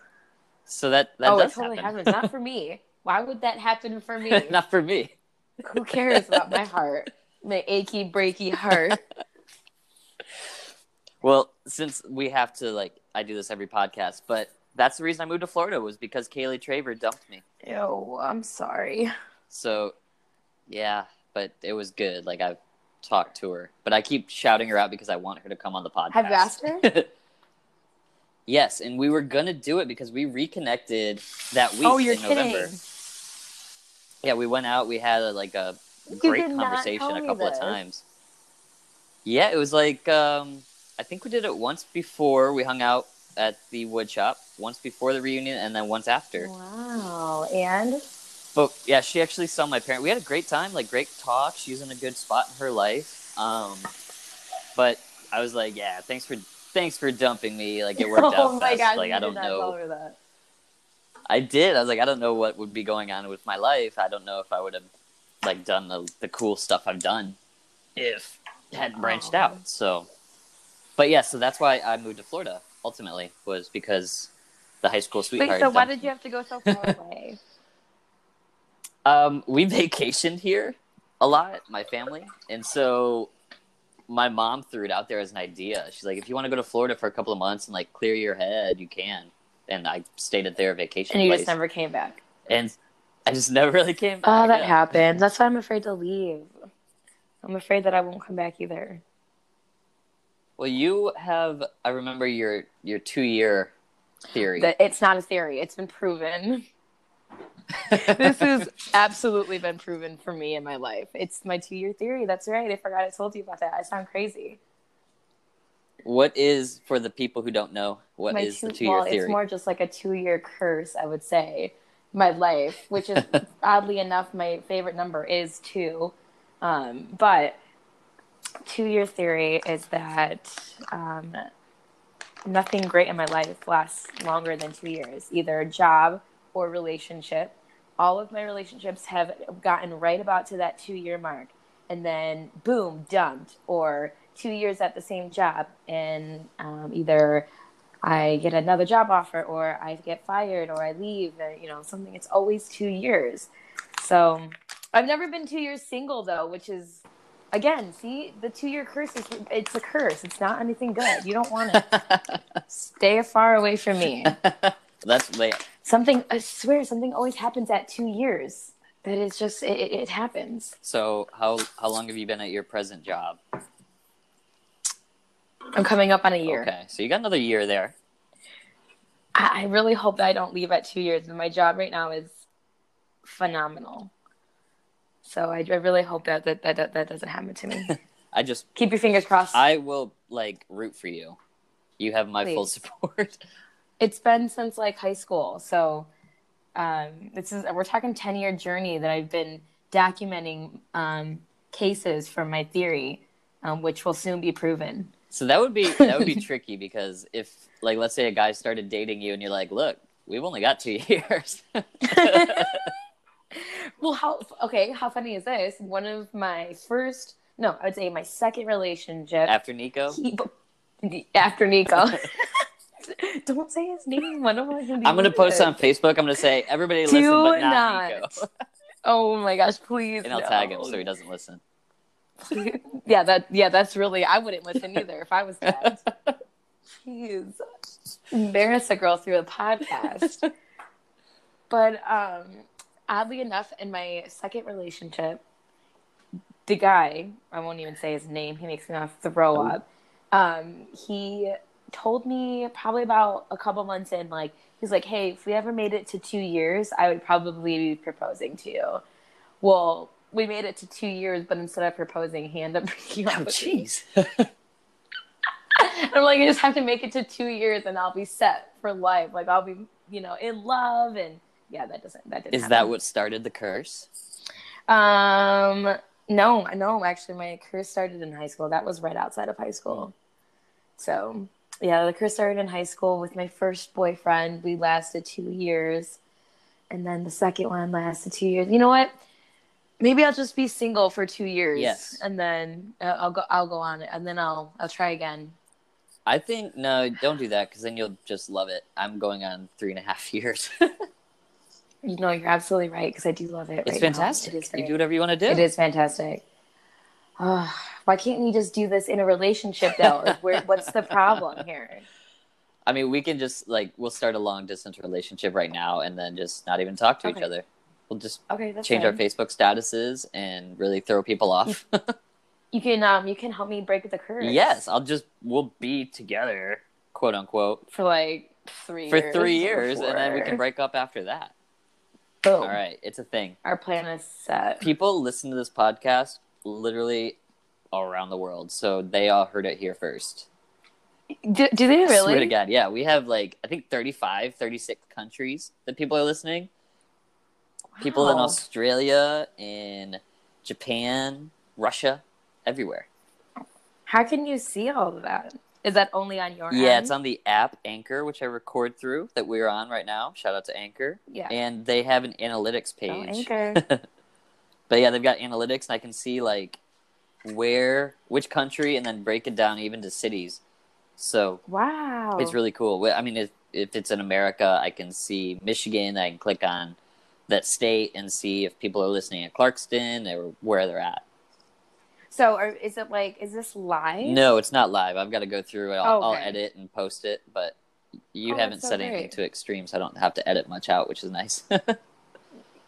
Speaker 2: So that that
Speaker 1: oh, it
Speaker 2: does
Speaker 1: totally
Speaker 2: happen.
Speaker 1: happens. Not for me. Why would that happen for me?
Speaker 2: Not for me.
Speaker 1: Who cares about my heart? My achy, breaky heart.
Speaker 2: Well, since we have to like, I do this every podcast, but that's the reason I moved to Florida was because Kaylee Traver dumped me.
Speaker 1: Ew, I'm sorry.
Speaker 2: So, yeah, but it was good. Like I've talked to her, but I keep shouting her out because I want her to come on the podcast.
Speaker 1: Have you asked her?
Speaker 2: yes, and we were gonna do it because we reconnected that week
Speaker 1: oh, you're
Speaker 2: in
Speaker 1: kidding.
Speaker 2: November. Yeah, we went out. We had a, like a
Speaker 1: You
Speaker 2: great
Speaker 1: did not
Speaker 2: conversation
Speaker 1: tell
Speaker 2: a
Speaker 1: me
Speaker 2: couple
Speaker 1: this.
Speaker 2: of times. Yeah, it was like um, I think we did it once before. We hung out at the wood shop once before the reunion, and then once after.
Speaker 1: Wow. And
Speaker 2: But yeah, she actually saw my parents. We had a great time, like great talk. She's in a good spot in her life. Um, but I was like, yeah, thanks for thanks for dumping me. Like it worked
Speaker 1: oh
Speaker 2: out
Speaker 1: my
Speaker 2: best.
Speaker 1: gosh,
Speaker 2: like
Speaker 1: you
Speaker 2: I
Speaker 1: did
Speaker 2: don't
Speaker 1: not
Speaker 2: know.
Speaker 1: tell her that.
Speaker 2: I did. I was like, I don't know what would be going on with my life. I don't know if I would have like done the the cool stuff I've done if it hadn't branched
Speaker 1: Oh.
Speaker 2: out. So, but yeah, so that's why I moved to Florida. Ultimately, was because the high school sweetheart.
Speaker 1: Wait, so why
Speaker 2: dumped
Speaker 1: did you have to go so far away?
Speaker 2: me. Um, we vacationed here a lot, my family, and so my mom threw it out there as an idea. She's like, if you want to go to Florida for a couple of months and like clear your head, you can. And I stayed at their vacation
Speaker 1: and you
Speaker 2: place,
Speaker 1: just never came back.
Speaker 2: and I just never really came.
Speaker 1: Oh,
Speaker 2: back,
Speaker 1: that
Speaker 2: yeah.
Speaker 1: happens. That's why I'm afraid to leave. I'm afraid that I won't come back either.
Speaker 2: Well, you have. I remember your your two year theory.
Speaker 1: That it's not a theory. It's been proven. this has absolutely been proven for me in my life. It's my two year theory. That's right. I forgot I told you about that. I sound crazy.
Speaker 2: what is for the people who don't know? What
Speaker 1: my
Speaker 2: is the two year
Speaker 1: well,
Speaker 2: theory?
Speaker 1: It's more just like a two year curse, I would say. My life, which is oddly enough, my favorite number is two. Um, but two year theory is that um, nothing great in my life lasts longer than two years, either job or relationship. All of my relationships have gotten right about to that two year mark, and then boom, dumped, or two years at the same job, and um, either I get another job offer, or I get fired, or I leave, or, you know, something. It's always two years. So I've never been two years single though, which is again, see, the two year curse is it's a curse. It's not anything good. You don't want it. Stay far away from me.
Speaker 2: That's they.
Speaker 1: Something, I swear, something always happens at two years. That is just, it, it, it happens.
Speaker 2: So how how long have you been at your present job?
Speaker 1: I'm coming up on a year.
Speaker 2: Okay, so you got another year there.
Speaker 1: I, I really hope that I don't leave at two years. And my job right now is phenomenal. So I, I really hope that that, that that that doesn't happen to me.
Speaker 2: I just
Speaker 1: Keep your fingers crossed.
Speaker 2: I will like root for you. You have my full
Speaker 1: Please.
Speaker 2: support.
Speaker 1: it's been since like high school. So um, this is we're talking ten year journey that I've been documenting um, cases from my theory, um, which will soon be proven.
Speaker 2: So that would be that would be tricky because if like let's say a guy started dating you and you're like, look, we've only got two years.
Speaker 1: well, how okay? How funny is this? One of my first, no, I would say my second relationship
Speaker 2: After Nico,
Speaker 1: he- b- after Nico. Don't say his name. One of my
Speaker 2: I'm gonna post on Facebook. I'm gonna say everybody
Speaker 1: Do
Speaker 2: listen, but not,
Speaker 1: not.
Speaker 2: Nico,
Speaker 1: Oh my gosh! Please,
Speaker 2: and I'll
Speaker 1: no.
Speaker 2: tag him so he doesn't listen.
Speaker 1: yeah, that yeah, that's really I wouldn't listen either if I was tagged. Jeez. Embarrass a girl through a podcast. but um oddly enough, in my second relationship, the guy, I won't even say his name, he makes me want to throw
Speaker 2: Oh.
Speaker 1: up. Um, he told me probably about a couple months in, like, he's like, Hey, if we ever made it to two years, I would probably be proposing to you. Well, we made it to two years, but instead of proposing, he ended up breaking up.
Speaker 2: Oh
Speaker 1: with me.
Speaker 2: jeez.
Speaker 1: I'm like, I just have to make it to two years, and I'll be set for life. Like I'll be, you know, in love, and yeah, that doesn't that didn't.
Speaker 2: Is that what started the curse?
Speaker 1: what? Um, no, no, actually, my career started in high school. That was right outside of high school. So yeah, the career started in high school with my first boyfriend. We lasted two years, and then the second one lasted two years. You know what? Maybe I'll just be single for two years.
Speaker 2: Yes.
Speaker 1: and then uh, I'll go. I'll go on it, and then I'll I'll try again.
Speaker 2: I think no, don't do that because then you'll just love it. I'm going on three and a half years.
Speaker 1: You know, you're absolutely right because I do love it.
Speaker 2: it's
Speaker 1: right now.
Speaker 2: fantastic.
Speaker 1: It is
Speaker 2: you
Speaker 1: very-
Speaker 2: do whatever you want to do.
Speaker 1: It is fantastic. Ugh, why can't we just do this in a relationship though? Like, where, what's the problem here?
Speaker 2: I mean, we can just like we'll start a long distance relationship right now, and then just not even talk to each
Speaker 1: Okay.
Speaker 2: other. We'll just
Speaker 1: Okay, that's
Speaker 2: change
Speaker 1: fine.
Speaker 2: our Facebook statuses and really throw people off.
Speaker 1: You can um, you can help me break the curse.
Speaker 2: yes, I'll just we'll be together, quote unquote,
Speaker 1: for like three
Speaker 2: for
Speaker 1: years
Speaker 2: three
Speaker 1: or
Speaker 2: years, and then we can
Speaker 1: four.
Speaker 2: break up after that.
Speaker 1: Boom.
Speaker 2: All right, it's a thing.
Speaker 1: Our plan is set.
Speaker 2: People listen to this podcast literally all around the world, so they all heard it here first.
Speaker 1: Do, do they
Speaker 2: I swear to
Speaker 1: really?
Speaker 2: God, yeah. We have like I think 35, 36 countries that people are listening. People in
Speaker 1: Wow.
Speaker 2: Australia, in Japan, Russia, everywhere.
Speaker 1: How can you see all of that? Is that only on your
Speaker 2: Yeah,
Speaker 1: end?
Speaker 2: it's on the app Anchor, which I record through that we're on right now. Shout out to Anchor.
Speaker 1: yeah.
Speaker 2: And they have an analytics
Speaker 1: Oh,
Speaker 2: page.
Speaker 1: anchor.
Speaker 2: but yeah, they've got analytics and I can see like where which country and then break it down even to cities. So
Speaker 1: wow.
Speaker 2: It's really cool. Wh- I mean, if, if it's in America, I can see Michigan. I can click on that state and see if people are listening in Clarkston or where they're at.
Speaker 1: so. Are, is it like? Is this live?
Speaker 2: No, it's not live. I've got to go through it. I'll,
Speaker 1: Oh,
Speaker 2: I'll
Speaker 1: okay.
Speaker 2: edit and post it, but you
Speaker 1: Oh,
Speaker 2: haven't
Speaker 1: that's so
Speaker 2: said anything
Speaker 1: great.
Speaker 2: too extreme, so I don't have to edit much out, which is nice.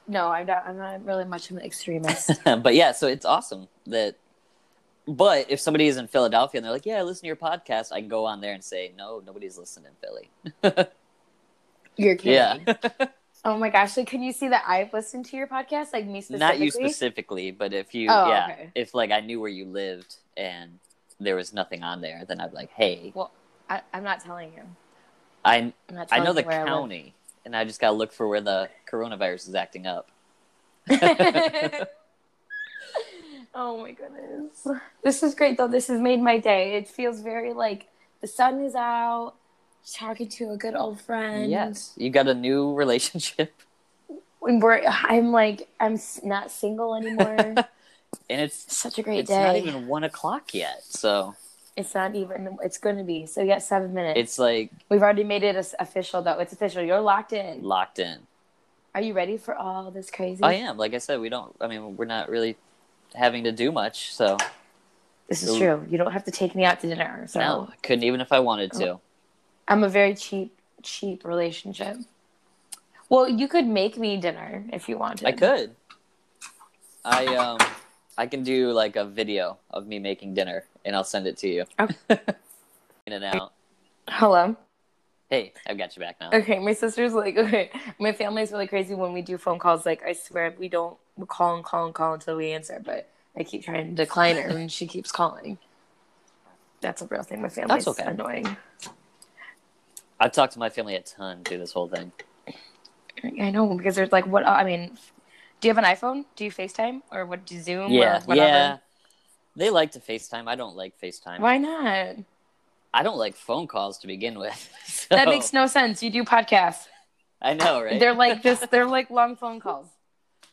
Speaker 1: No, I'm not. I'm not really much of an extremist.
Speaker 2: but yeah, so it's awesome that. But if somebody is in Philadelphia and they're like, "Yeah, I listen to your podcast," I can go on there and say, "No, nobody's listening in Philly."
Speaker 1: You're kidding.
Speaker 2: Yeah,
Speaker 1: Oh my gosh! Like, can you see that I've listened to your podcast? Like me specifically.
Speaker 2: not you specifically, but if you,
Speaker 1: Oh,
Speaker 2: yeah,
Speaker 1: okay.
Speaker 2: if like I knew where you lived and there was nothing on there, then I'd be like, hey,
Speaker 1: I, I'm not telling you.
Speaker 2: I
Speaker 1: I'm not
Speaker 2: I
Speaker 1: telling
Speaker 2: know
Speaker 1: you
Speaker 2: the
Speaker 1: where I live.
Speaker 2: county, and I just gotta look for where the coronavirus is acting up.
Speaker 1: oh my goodness! This is great though. This has made my day. It feels very like the sun is out. Talking to a good old friend.
Speaker 2: yes, you got a new relationship,
Speaker 1: And we're, I'm like, I'm s- not single anymore.
Speaker 2: and it's
Speaker 1: Such a great
Speaker 2: it's
Speaker 1: day.
Speaker 2: not even one o'clock yet, so
Speaker 1: it's not even. It's going to be. So we got seven minutes.
Speaker 2: it's like
Speaker 1: We've already made it as- official, though. It's official. You're locked in.
Speaker 2: locked in.
Speaker 1: Are you ready for all this crazy?
Speaker 2: I am, like I said, we don't. I mean, we're not really having to do much, so
Speaker 1: This
Speaker 2: So-
Speaker 1: is true. You don't have to take me out to dinner. So oh,
Speaker 2: no, I couldn't even if I wanted to.
Speaker 1: I'm a very cheap cheap relationship. Well, you could make me dinner if you wanted.
Speaker 2: I could. I um I can do like a video of me making dinner and I'll send it to you.
Speaker 1: Okay.
Speaker 2: In and out.
Speaker 1: Hello.
Speaker 2: Hey, I've got you back now.
Speaker 1: Okay, my sister's like, okay, my family's really crazy when we do phone calls. Like, I swear we don't we call and call and call until we answer, but I keep trying to decline her and she keeps calling. That's a real thing. My family's
Speaker 2: okay.
Speaker 1: annoying.
Speaker 2: I've talked to my family a ton through this whole thing.
Speaker 1: I know because there's like, what? I mean, do you have an iPhone? Do you FaceTime or what? Do you Zoom?
Speaker 2: Yeah,
Speaker 1: or whatever?
Speaker 2: yeah. They like to FaceTime. I don't like FaceTime.
Speaker 1: Why not?
Speaker 2: I don't like phone calls to begin with. So,
Speaker 1: That makes no sense. You do podcasts.
Speaker 2: I know, right?
Speaker 1: They're like this. They're like long phone calls.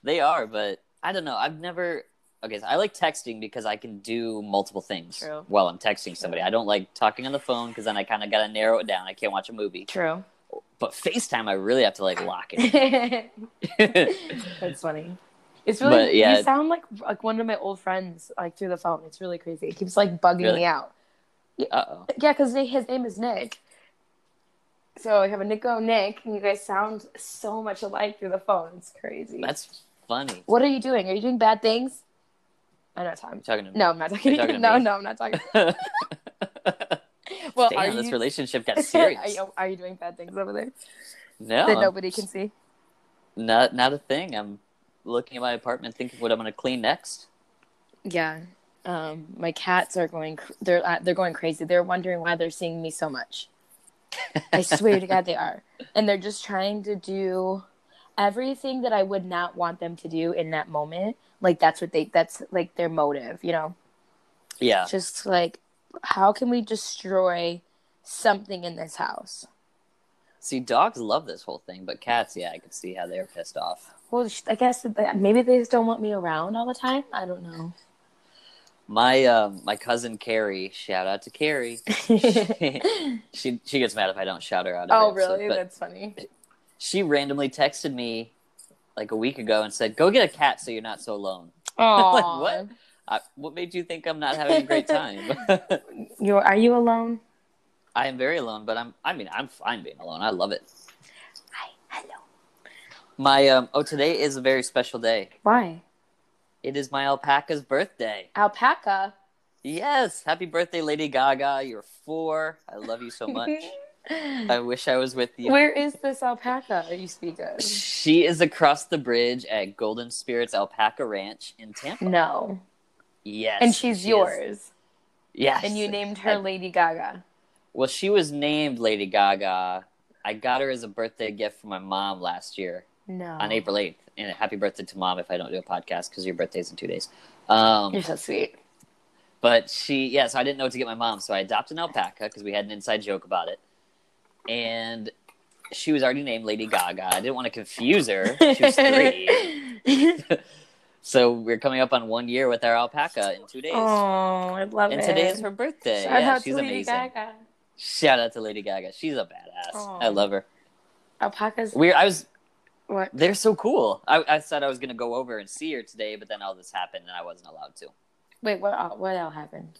Speaker 2: They are, but I don't know. I've never. Okay, so I like texting because I can do multiple things
Speaker 1: True.
Speaker 2: while I'm texting somebody. I don't like talking on the phone because then I kind of got to narrow it down. I can't watch a movie.
Speaker 1: True.
Speaker 2: But FaceTime, I really have to like lock it.
Speaker 1: That's funny. It's really
Speaker 2: But, yeah.
Speaker 1: you sound like like one of my old friends like through the phone. It's really crazy. It keeps like bugging
Speaker 2: Really?
Speaker 1: me out.
Speaker 2: uh oh.
Speaker 1: Yeah, because his name is Nick. So I have a Nico Nick, and you guys sound so much alike through the phone. It's crazy.
Speaker 2: That's funny.
Speaker 1: what are you doing? Are you doing bad things? I know
Speaker 2: I'm
Speaker 1: Tom.
Speaker 2: talking to
Speaker 1: No, I'm not talking.
Speaker 2: You're talking to
Speaker 1: no,
Speaker 2: me.
Speaker 1: no, I'm not talking.
Speaker 2: Damn,
Speaker 1: Well, are
Speaker 2: this
Speaker 1: you?
Speaker 2: relationship got
Speaker 1: are,
Speaker 2: serious.
Speaker 1: you, are you doing bad things over there
Speaker 2: no,
Speaker 1: that
Speaker 2: I'm-
Speaker 1: nobody can see?
Speaker 2: not not a thing. I'm looking at my apartment, thinking what I'm gonna clean next.
Speaker 1: Yeah. Um, my cats are going. cr- They're uh, they're going crazy. They're wondering why they're seeing me so much. I swear to God, they are, and they're just trying to do everything that I would not want them to do in that moment. Like that's what they. That's like their motive, you know.
Speaker 2: Yeah,
Speaker 1: Just like, how can we destroy something in this house?
Speaker 2: see, dogs love this whole thing, but cats, yeah, I could see how they're pissed off.
Speaker 1: Well, sh- I guess that- maybe they just don't want me around all the time. I don't know.
Speaker 2: My um, my cousin Carrie, shout out to Carrie. she she gets mad if I don't shout her out. every
Speaker 1: oh,
Speaker 2: episode,
Speaker 1: really?
Speaker 2: But
Speaker 1: That's funny.
Speaker 2: she randomly texted me like a week ago and said, "Go get a cat so you're not so alone."
Speaker 1: Oh,
Speaker 2: Like, what? I, what made you think I'm not having a great time?
Speaker 1: You are you alone?
Speaker 2: I am very alone, but I'm. I mean, I'm fine being alone. I love it.
Speaker 1: Hi, hello.
Speaker 2: My um. Oh, today is a very special day.
Speaker 1: Why?
Speaker 2: It is my alpaca's birthday.
Speaker 1: Alpaca.
Speaker 2: Yes, happy birthday, Lady Gaga. You're four. I love you so much. I wish I was with you.
Speaker 1: Where is this alpaca that you speak of?
Speaker 2: She is across the bridge at Golden Spirits Alpaca Ranch in Tampa.
Speaker 1: No.
Speaker 2: Yes,
Speaker 1: And she's
Speaker 2: she is.
Speaker 1: yours.
Speaker 2: Yes,
Speaker 1: And you named her
Speaker 2: I-
Speaker 1: Lady Gaga.
Speaker 2: Well, she was named Lady Gaga. I got her as a birthday gift from my mom last year.
Speaker 1: No.
Speaker 2: on April 8th. And happy birthday to mom if I don't do a podcast because your birthday's in two days. Um,
Speaker 1: You're so sweet.
Speaker 2: but she, yeah, so I didn't know what to get my mom. So I adopted an alpaca because we had an inside joke about it. And she was already named Lady Gaga. I didn't want to confuse her. She was three. so we're coming up on one year with our alpaca in two days.
Speaker 1: oh, I love
Speaker 2: and
Speaker 1: it.
Speaker 2: today is her birthday.
Speaker 1: Shout
Speaker 2: yeah,
Speaker 1: out
Speaker 2: she's
Speaker 1: to Lady
Speaker 2: amazing.
Speaker 1: Gaga.
Speaker 2: Shout out to Lady Gaga. She's a badass.
Speaker 1: Aw.
Speaker 2: I love her.
Speaker 1: Alpacas.
Speaker 2: We're, I was
Speaker 1: What?
Speaker 2: They're so cool. I, I said I was going to go over and see her today, but then all this happened and I wasn't allowed to.
Speaker 1: Wait, what? all- What all happened?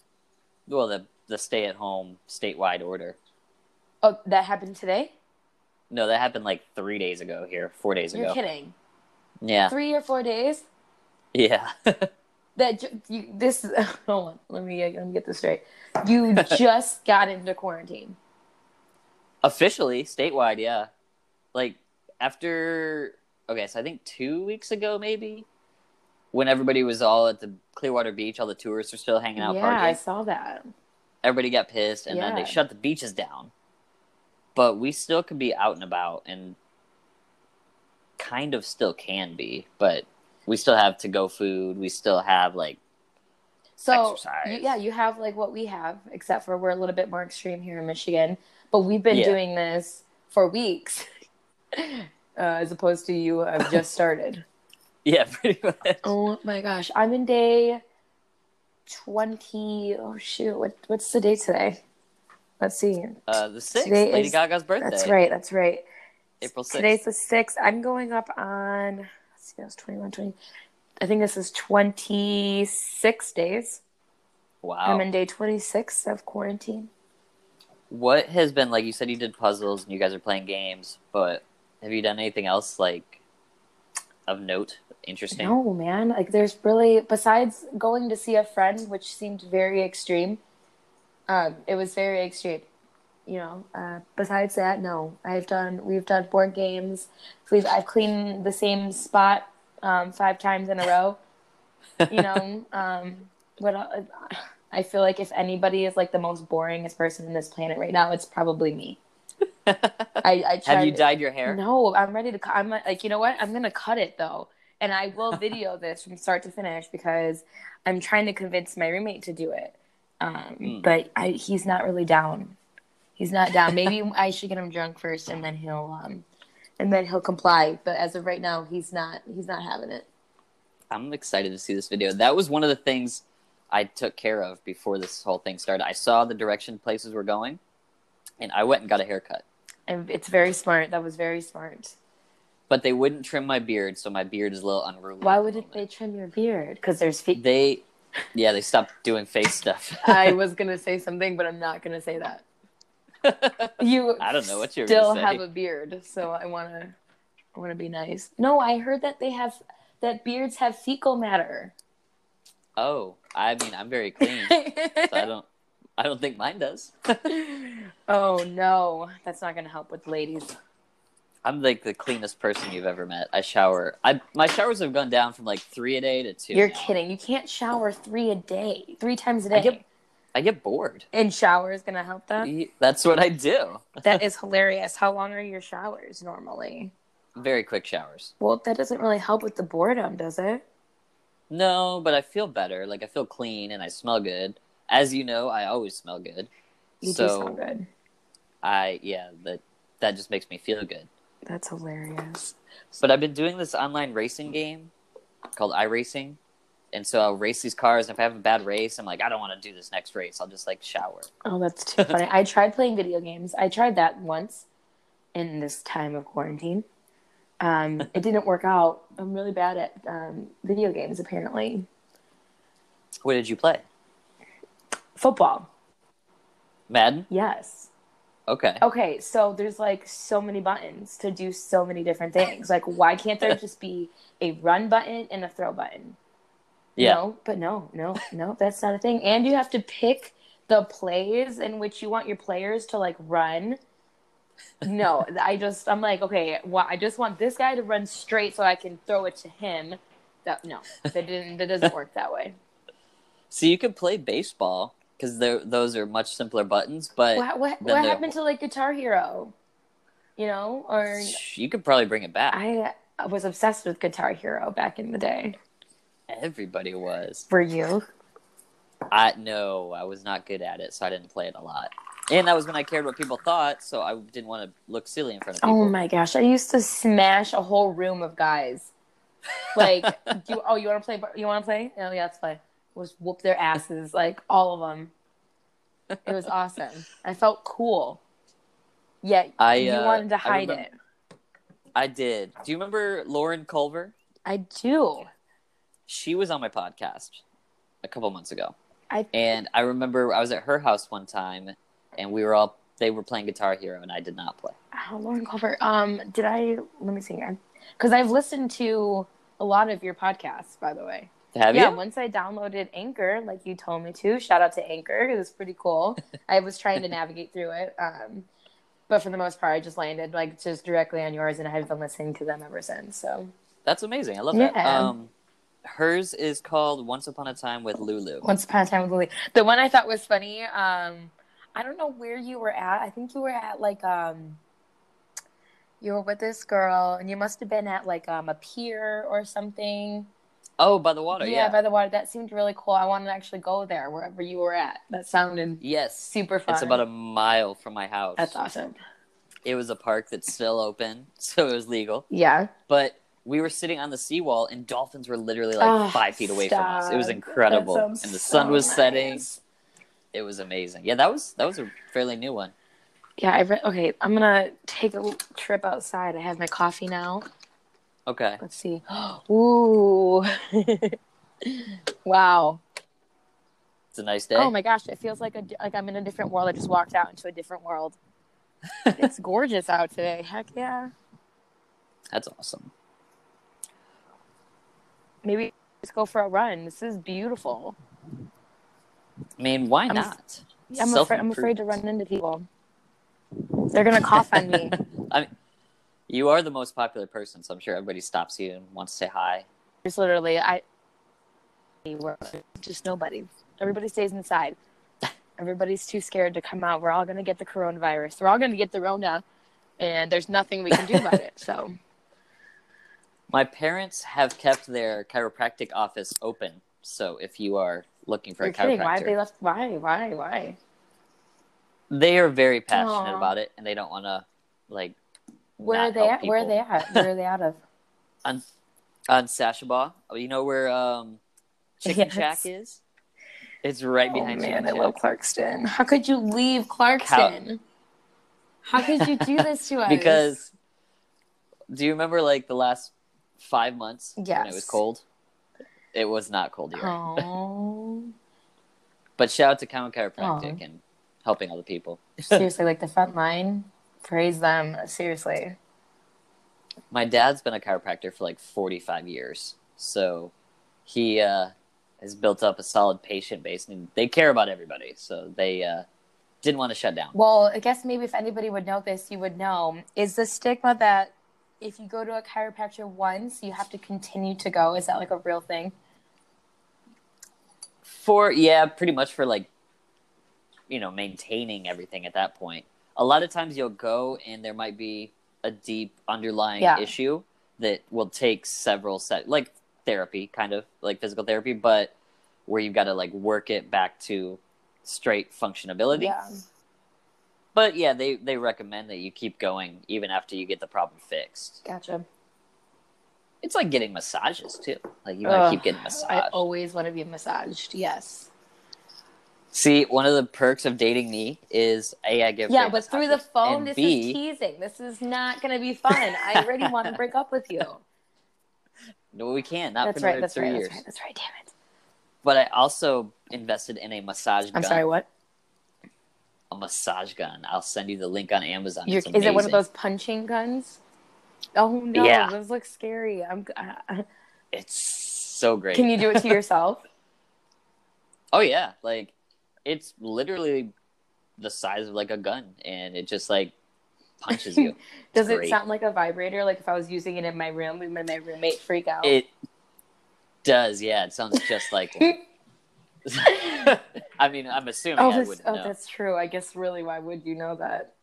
Speaker 2: Well, the, the stay at home statewide order.
Speaker 1: Oh, that happened today.
Speaker 2: No, that happened like three days ago here, four days
Speaker 1: You're
Speaker 2: ago.
Speaker 1: kidding.
Speaker 2: Yeah.
Speaker 1: Three or four days.
Speaker 2: Yeah.
Speaker 1: that ju- you, this is hold on let me get- let me get this straight you just got into quarantine
Speaker 2: Officially, statewide, yeah. Like after, okay, so I think two weeks ago, maybe, when everybody was all at the Clearwater Beach, all the tourists were still hanging out
Speaker 1: yeah i
Speaker 2: partying.
Speaker 1: saw that
Speaker 2: everybody got pissed and then
Speaker 1: Yeah.
Speaker 2: they shut the beaches down but we still could be out and about and kind of still can be but we still have to go food we still have like
Speaker 1: so
Speaker 2: Exercise.
Speaker 1: you, yeah you have like what we have except for we're a little bit more extreme here in michigan but we've been
Speaker 2: Yeah.
Speaker 1: doing this for weeks uh, as opposed to you i've just started
Speaker 2: yeah pretty much
Speaker 1: oh my gosh i'm in day 20 oh shoot what, what's the date today let's see
Speaker 2: uh the sixth
Speaker 1: Today
Speaker 2: lady
Speaker 1: is-
Speaker 2: gaga's birthday
Speaker 1: that's right that's right
Speaker 2: april 6th
Speaker 1: Today's the 6th. I'm going up on, let's see, that was 21, 20. I think this is 26 days.
Speaker 2: wow
Speaker 1: I'm in day 26 of quarantine.
Speaker 2: What has been like? You said you did puzzles and you guys are playing games, but have you done anything else like of note, interesting?
Speaker 1: No, man. Like, there's really besides going to see a friend, which seemed very extreme. Um, it was very extreme. You know. Uh, besides that, no. I've done. We've done board games. We've. I've cleaned the same spot um, five times in a row. You know. um, what? el- I feel like if anybody is like the most boringest person on this planet right now, it's probably me. I, I tried
Speaker 2: have you dyed your hair?
Speaker 1: no, I'm ready to. cu- I'm like, like, you know what? I'm gonna cut it though, and I will video this from start to finish because I'm trying to convince my roommate to do it. Um,
Speaker 2: Mm.
Speaker 1: But I, he's not really down. He's not down. Maybe I should get him drunk first, and then he'll, um, and then he'll comply. But as of right now, he's not. He's not having it.
Speaker 2: I'm excited to see this video. That was one of the things I took care of before this whole thing started. I saw the direction places were going, and I went and got a haircut.
Speaker 1: And it's very smart. That was very smart.
Speaker 2: But they wouldn't trim my beard, so my beard is a little unruly.
Speaker 1: Why
Speaker 2: at the
Speaker 1: wouldn't they
Speaker 2: moment.
Speaker 1: trim your beard? Because there's feet.
Speaker 2: They, yeah, they stopped doing face stuff.
Speaker 1: I was gonna say something, but I'm not gonna say that. you
Speaker 2: I don't know what you were
Speaker 1: still
Speaker 2: gonna say.
Speaker 1: have a beard so i want to i want to be nice no i heard that they have that beards have fecal matter
Speaker 2: oh, I mean, I'm very clean, so I don't, I don't think mine does.
Speaker 1: oh no that's not gonna help with ladies
Speaker 2: I'm like the cleanest person you've ever met. I shower. I my showers have gone down from like three a day to two.
Speaker 1: you're
Speaker 2: now.
Speaker 1: kidding you can't shower three a day three times a
Speaker 2: I
Speaker 1: day
Speaker 2: get- I get bored.
Speaker 1: and shower is gonna help that
Speaker 2: Ye- That's what I do.
Speaker 1: that is hilarious how long are your showers normally
Speaker 2: Very quick showers.
Speaker 1: well that doesn't really help with the boredom does it
Speaker 2: No, but I feel better. Like I feel clean and I smell good. As you know, I always smell good.
Speaker 1: you
Speaker 2: so
Speaker 1: do sound good
Speaker 2: I yeah, that that just makes me feel good.
Speaker 1: that's hilarious
Speaker 2: But I've been doing this online racing game called iRacing. And so I'll race these cars and if I have a bad race, I'm like, I don't want to do this next race. I'll just like shower.
Speaker 1: Oh, that's too funny. I tried playing video games. I tried that once in this time of quarantine. Um, it didn't work out. I'm really bad at um, video games, apparently.
Speaker 2: What did you play?
Speaker 1: Football,
Speaker 2: Madden?
Speaker 1: yes.
Speaker 2: Okay.
Speaker 1: Okay, so there's like so many buttons to do so many different things. Like, why can't there just be a run button and a throw button?
Speaker 2: yeah.
Speaker 1: No, but no, no, no, that's not a thing. And you have to pick the plays in which you want your players to like run. No, I just I'm like, okay, well, I just want this guy to run straight so I can throw it to him. That no, that didn't that doesn't work that way.
Speaker 2: So you could play baseball because those are much simpler buttons, but
Speaker 1: What what,
Speaker 2: Then
Speaker 1: what
Speaker 2: there-
Speaker 1: happened to like Guitar Hero? You know, or
Speaker 2: you could probably bring it back.
Speaker 1: I was obsessed with Guitar Hero back in the day.
Speaker 2: Everybody was.
Speaker 1: Were you?
Speaker 2: I no, I was not good at it, so I didn't play it a lot. And that was when I cared what people thought, so I didn't want to look silly in front of people.
Speaker 1: Oh my gosh, I used to smash a whole room of guys. Like, you, oh, you want to play? You want to play? Oh, yeah, let's play. Was whoop their asses, like all of them. It was awesome. I felt cool. Yet
Speaker 2: I,
Speaker 1: you
Speaker 2: uh,
Speaker 1: wanted to
Speaker 2: I
Speaker 1: hide
Speaker 2: remem-
Speaker 1: it.
Speaker 2: I did. Do you remember Lauren Culver?
Speaker 1: I do.
Speaker 2: She was on my podcast a couple months ago.
Speaker 1: I-
Speaker 2: and I remember I was at her house one time, and we were all they were playing Guitar Hero, and I did not play.
Speaker 1: Oh, Lauren Culver. Um, did I? Let me see here. Because I've listened to a lot of your podcasts, by the way.
Speaker 2: Have
Speaker 1: yeah,
Speaker 2: you?
Speaker 1: once I downloaded Anchor, like you told me to, shout out to Anchor. It was pretty cool. I was trying to navigate through it. Um, but for the most part, I just landed like just directly on yours, and I have been listening to them ever since. So
Speaker 2: That's amazing. I love that.
Speaker 1: Yeah.
Speaker 2: Um, hers is called Once Upon a Time with Lulu.
Speaker 1: once upon a time with Lily, the one I thought was funny. Um, I don't know where you were at. I think you were at like um, you were with this girl, and you must have been at like um a pier or something.
Speaker 2: Oh, by the water.
Speaker 1: yeah,
Speaker 2: Yeah.
Speaker 1: by the water. That seemed really cool. I wanted to actually go there wherever you were at. That sounded
Speaker 2: yes.
Speaker 1: super fun.
Speaker 2: It's about a mile from my house.
Speaker 1: That's awesome.
Speaker 2: It was a park that's still open, so it was legal.
Speaker 1: Yeah.
Speaker 2: But we were sitting on the seawall, and dolphins were literally like
Speaker 1: Oh,
Speaker 2: five feet away from us. It was
Speaker 1: stop.
Speaker 2: incredible,
Speaker 1: That
Speaker 2: and
Speaker 1: sounds
Speaker 2: the
Speaker 1: so
Speaker 2: sun was
Speaker 1: nice.
Speaker 2: setting. It was amazing. Yeah, that was that was a fairly new one.
Speaker 1: Yeah, I re- okay. I'm gonna take a l- trip outside. I have my coffee now.
Speaker 2: Okay.
Speaker 1: Let's see. Ooh, wow.
Speaker 2: Does a nice day.
Speaker 1: Oh my gosh, it feels like a like I'm in a different world. I just walked out into a different world. it's gorgeous out today. Heck yeah.
Speaker 2: That's awesome.
Speaker 1: Maybe just go for a run. This is beautiful.
Speaker 2: I mean, why
Speaker 1: I'm-
Speaker 2: not?
Speaker 1: I'm, afraid, I'm afraid to run into people. They're gonna cough on me.
Speaker 2: I mean, you are the most popular person, so I'm sure everybody stops you and wants to say hi.
Speaker 1: There's literally I we're just nobody. Everybody stays inside. Everybody's too scared to come out. We're all gonna get the coronavirus. We're all gonna get the Rona, and there's nothing we can do about it. So
Speaker 2: My parents have kept their chiropractic office open, so if you are looking for
Speaker 1: you're
Speaker 2: a
Speaker 1: kidding? Why
Speaker 2: chiropractor,
Speaker 1: have they left? Why? Why? Why?
Speaker 2: they are very passionate
Speaker 1: Aw.
Speaker 2: about it, and they don't want to like
Speaker 1: Where
Speaker 2: not
Speaker 1: are they
Speaker 2: help
Speaker 1: at? Where are
Speaker 2: people.
Speaker 1: they at? Where are they out of?
Speaker 2: on on Sashabaw. Oh, You know where um, Chicken
Speaker 1: Yes. Oh,
Speaker 2: Shack is? It's right behind Chicken Shack.
Speaker 1: Clarkston. How could you leave Clarkston?
Speaker 2: Clarkston?
Speaker 1: How, could you do this to us?
Speaker 2: because do you remember like the last five months when it was
Speaker 1: Yes.
Speaker 2: cold? It was not cold here.
Speaker 1: oh,
Speaker 2: But shout out to Common Chiropractic
Speaker 1: Aw.
Speaker 2: and helping other people.
Speaker 1: seriously, like the front line, praise them. Seriously,
Speaker 2: My dad's been a chiropractor for like 45 years. So he uh, has built up a solid patient base and they care about everybody. So they uh, didn't want to shut down.
Speaker 1: Well, I guess maybe if anybody would know this, you would know. Is the stigma that if you go to a chiropractor once, you have to continue to go? Is that like a real thing?
Speaker 2: for yeah pretty much for like you know maintaining everything at that point a lot of times you'll go and there might be a deep underlying
Speaker 1: Yeah.
Speaker 2: issue that will take several set like therapy kind of like physical therapy but where you've got to like work it back to straight functionability but yeah they they recommend that you keep going even after you get the problem fixed
Speaker 1: gotcha.
Speaker 2: it's like getting massages too like you want to keep
Speaker 1: Ugh,
Speaker 2: getting massaged
Speaker 1: I always want to be massaged. Yes.
Speaker 2: see one of the perks of dating me is a i give
Speaker 1: Yeah,
Speaker 2: great
Speaker 1: but through the
Speaker 2: massages,
Speaker 1: phone,
Speaker 2: and
Speaker 1: this
Speaker 2: B,
Speaker 1: is teasing. This is not going to be fun. I already want to break up with you.
Speaker 2: No, we can't. Not
Speaker 1: That's
Speaker 2: for another
Speaker 1: right. That's
Speaker 2: three
Speaker 1: right.
Speaker 2: years.
Speaker 1: That's right. That's right. Damn it.
Speaker 2: But I also invested in a massage gun.
Speaker 1: I'm sorry. What?
Speaker 2: A massage gun. I'll send you the link on Amazon.
Speaker 1: You're,
Speaker 2: It's
Speaker 1: is it one of
Speaker 2: amazing.
Speaker 1: those punching guns? Oh no,
Speaker 2: Yeah.
Speaker 1: those look scary. I'm. Uh,
Speaker 2: It's so great.
Speaker 1: can you do it to yourself?
Speaker 2: oh yeah, like it's literally the size of like a gun, and it just like punches you.
Speaker 1: Does
Speaker 2: It's
Speaker 1: it
Speaker 2: great.
Speaker 1: sound like a vibrator? Like if I was using it in my room, would my roommate freak out?
Speaker 2: It does. Yeah, it sounds just like.
Speaker 1: Oh,
Speaker 2: one. I mean, I'm assuming
Speaker 1: oh,
Speaker 2: I
Speaker 1: that's,
Speaker 2: would
Speaker 1: oh
Speaker 2: know.
Speaker 1: that's true. I guess really, why would you know that?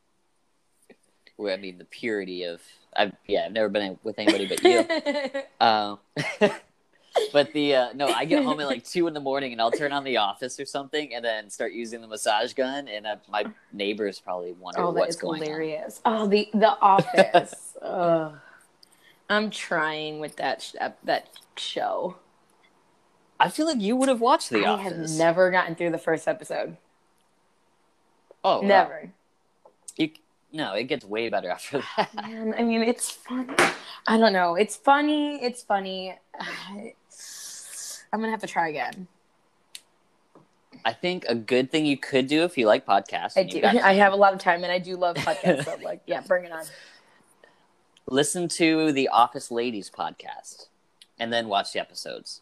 Speaker 2: Where I mean, the purity of. I've, yeah, I've never been with anybody but you. Um, but the uh, no, I get home at like two in the morning, and I'll turn on the office or something, and then start using the massage gun, and uh, my neighbors probably wonder
Speaker 1: oh, that
Speaker 2: what's
Speaker 1: is
Speaker 2: going
Speaker 1: hilarious. Oh, the the office. Ugh. I'm trying with that sh- that- that show.
Speaker 2: on. I feel like you would have watched the
Speaker 1: I
Speaker 2: office.
Speaker 1: have never gotten through the first episode.
Speaker 2: oh, wow.
Speaker 1: never.
Speaker 2: You, no, it gets way better after that.
Speaker 1: Man, I mean, it's funny. I don't know. It's funny. It's funny. I'm gonna have to try again.
Speaker 2: I think a good thing you could do if you like podcasts.
Speaker 1: I
Speaker 2: and
Speaker 1: do.
Speaker 2: you got-
Speaker 1: I have a lot of time, and I do love podcasts. so, like, yeah, bring it on.
Speaker 2: listen to the Office Ladies podcast, and then watch the episodes.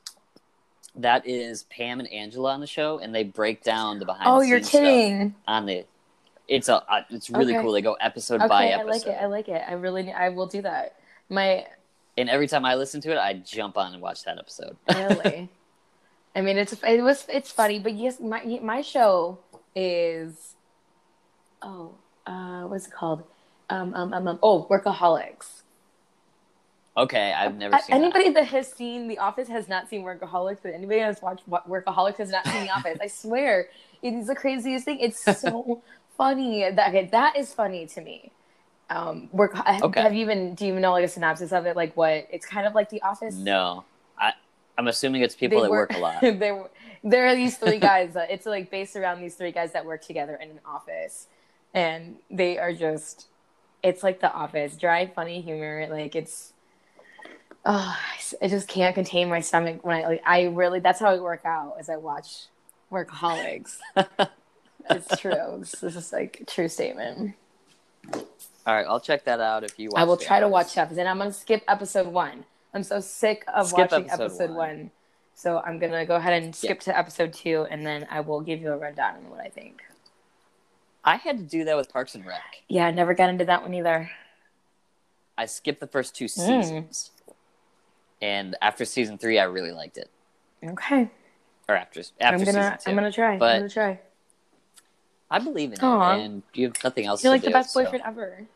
Speaker 2: That is Pam and Angela on the show, and they break down the behind.
Speaker 1: Oh,
Speaker 2: the
Speaker 1: you're
Speaker 2: scenes stuff.
Speaker 1: kidding.
Speaker 2: on the it's a uh, it's really
Speaker 1: Okay.
Speaker 2: cool they go episode by
Speaker 1: Okay, I
Speaker 2: episode
Speaker 1: like it. I like it. I really, I will do that. My
Speaker 2: and every time i listen to it i jump on and watch that episode
Speaker 1: really. I mean, it's it was it's funny, but yes, my my show is, oh, uh, what's it called? Um, um, um, um oh, workaholics.
Speaker 2: okay i've never
Speaker 1: A-
Speaker 2: seen that.
Speaker 1: anybody that. has seen The Office has not seen Workaholics, but anybody that's watched Wa- Workaholics has not seen The Office. I swear, it is the craziest thing. It's so funny. That okay, that is funny to me. Um, work.
Speaker 2: Okay.
Speaker 1: Have you even? Do you even know like a synopsis of it? Like what? It's kind of like The Office.
Speaker 2: no i i'm assuming it's people
Speaker 1: They
Speaker 2: that work, a lot
Speaker 1: they were- there are these three guys. Uh, it's like based around these three guys that work together in an office, and they are just. It's like the office, dry, funny humor. Like it's, oh, I s- I just can't contain my stomach when I like. I really that's how I work out as I watch workaholics. it's true. This is like a true statement.
Speaker 2: All right, I'll check that out if you watch
Speaker 1: I will
Speaker 2: the
Speaker 1: try to
Speaker 2: others.
Speaker 1: watch that, but then I'm gonna skip episode one. I'm so sick of
Speaker 2: Skip
Speaker 1: watching
Speaker 2: episode
Speaker 1: episode,
Speaker 2: one.
Speaker 1: one. So I'm gonna go ahead and skip to episode two, and then I will give you a rundown on what I think.
Speaker 2: I had to do that with Parks and Rec.
Speaker 1: Yeah, I never got into that one either.
Speaker 2: I skipped the first two
Speaker 1: Mm.
Speaker 2: seasons. And after season three, I really liked it.
Speaker 1: Okay,
Speaker 2: Or after, after
Speaker 1: I'm gonna
Speaker 2: season 2
Speaker 1: I'm gonna try.
Speaker 2: But-
Speaker 1: I'm gonna try.
Speaker 2: I believe in
Speaker 1: Aw.
Speaker 2: it, and you have nothing else
Speaker 1: You're
Speaker 2: to
Speaker 1: like
Speaker 2: do,
Speaker 1: the best
Speaker 2: so-
Speaker 1: boyfriend ever.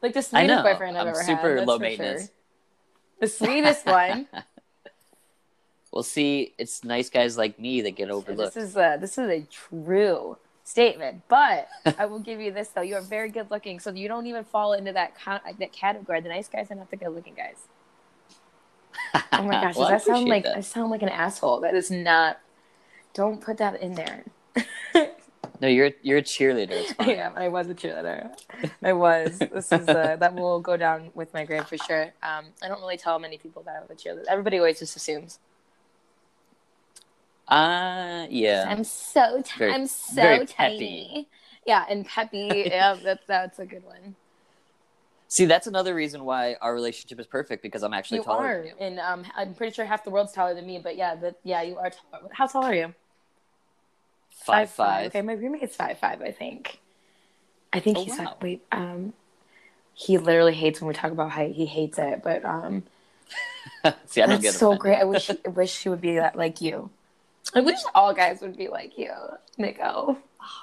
Speaker 1: Like the
Speaker 2: I
Speaker 1: sweetest
Speaker 2: know.
Speaker 1: boyfriend I've
Speaker 2: I'm
Speaker 1: ever had.
Speaker 2: super
Speaker 1: that's
Speaker 2: low
Speaker 1: for
Speaker 2: maintenance.
Speaker 1: Sure. The sweetest one.
Speaker 2: Well, see, it's nice guys like me that get
Speaker 1: this
Speaker 2: overlooked.
Speaker 1: is a this is a true statement, but I will give you this though: you are very good looking, so you don't even fall into that con- that category. The nice guys are not the good looking guys. Oh my gosh,
Speaker 2: Well, I
Speaker 1: does that sound
Speaker 2: appreciate
Speaker 1: like
Speaker 2: that.
Speaker 1: I sound like an asshole? That is not. Don't put that in there.
Speaker 2: No, you're you're a cheerleader. It's fine.
Speaker 1: yeah, I was a cheerleader. I was. This is uh, that will go down with my grade for sure. Um, I don't really tell many people that I was a cheerleader. Everybody always just assumes.
Speaker 2: Uh, yeah.
Speaker 1: I'm so t-
Speaker 2: Very-
Speaker 1: I'm so
Speaker 2: very peppy.
Speaker 1: tiny. Yeah, and peppy. yeah, that's that's a good one.
Speaker 2: See, that's another reason why our relationship is perfect because I'm actually
Speaker 1: you
Speaker 2: taller
Speaker 1: are,
Speaker 2: than you.
Speaker 1: and um, I'm pretty sure half the world's taller than me. But yeah, but yeah, you are taller. How tall are you?
Speaker 2: Five five.
Speaker 1: Okay, my roommate's five five. I think. I think
Speaker 2: Oh,
Speaker 1: he's
Speaker 2: wow.
Speaker 1: five. Wait, um, he literally hates when we talk about height. He hates it, but um,
Speaker 2: see, I don't get
Speaker 1: that's so
Speaker 2: offended.
Speaker 1: great. I wish I wish he would be that like you. I wish all guys would be like you, Nico.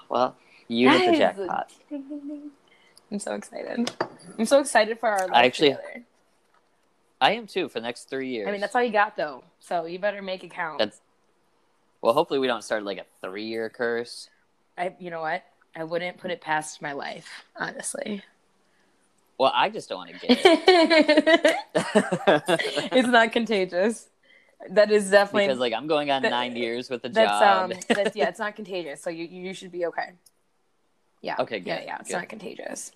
Speaker 2: Well, you hit the
Speaker 1: Guys,
Speaker 2: jackpot.
Speaker 1: ding, ding, ding. I'm so excited. I'm so excited for our. Life
Speaker 2: I actually-
Speaker 1: together.
Speaker 2: I am too for the next three years.
Speaker 1: I mean, that's all you got though, so you better make it count.
Speaker 2: That's- well. Hopefully, we don't start like a three-year curse.
Speaker 1: I, you know what? I wouldn't put it past my life, honestly.
Speaker 2: Well, I just don't want to get
Speaker 1: it's
Speaker 2: it
Speaker 1: not contagious. That is definitely
Speaker 2: because like I'm going on
Speaker 1: that-
Speaker 2: nine years with a
Speaker 1: that's
Speaker 2: job.
Speaker 1: um that's yeah, it's not contagious. So you you should be okay. Yeah.
Speaker 2: Okay,
Speaker 1: Yeah,
Speaker 2: good,
Speaker 1: yeah, it's
Speaker 2: good.
Speaker 1: not contagious.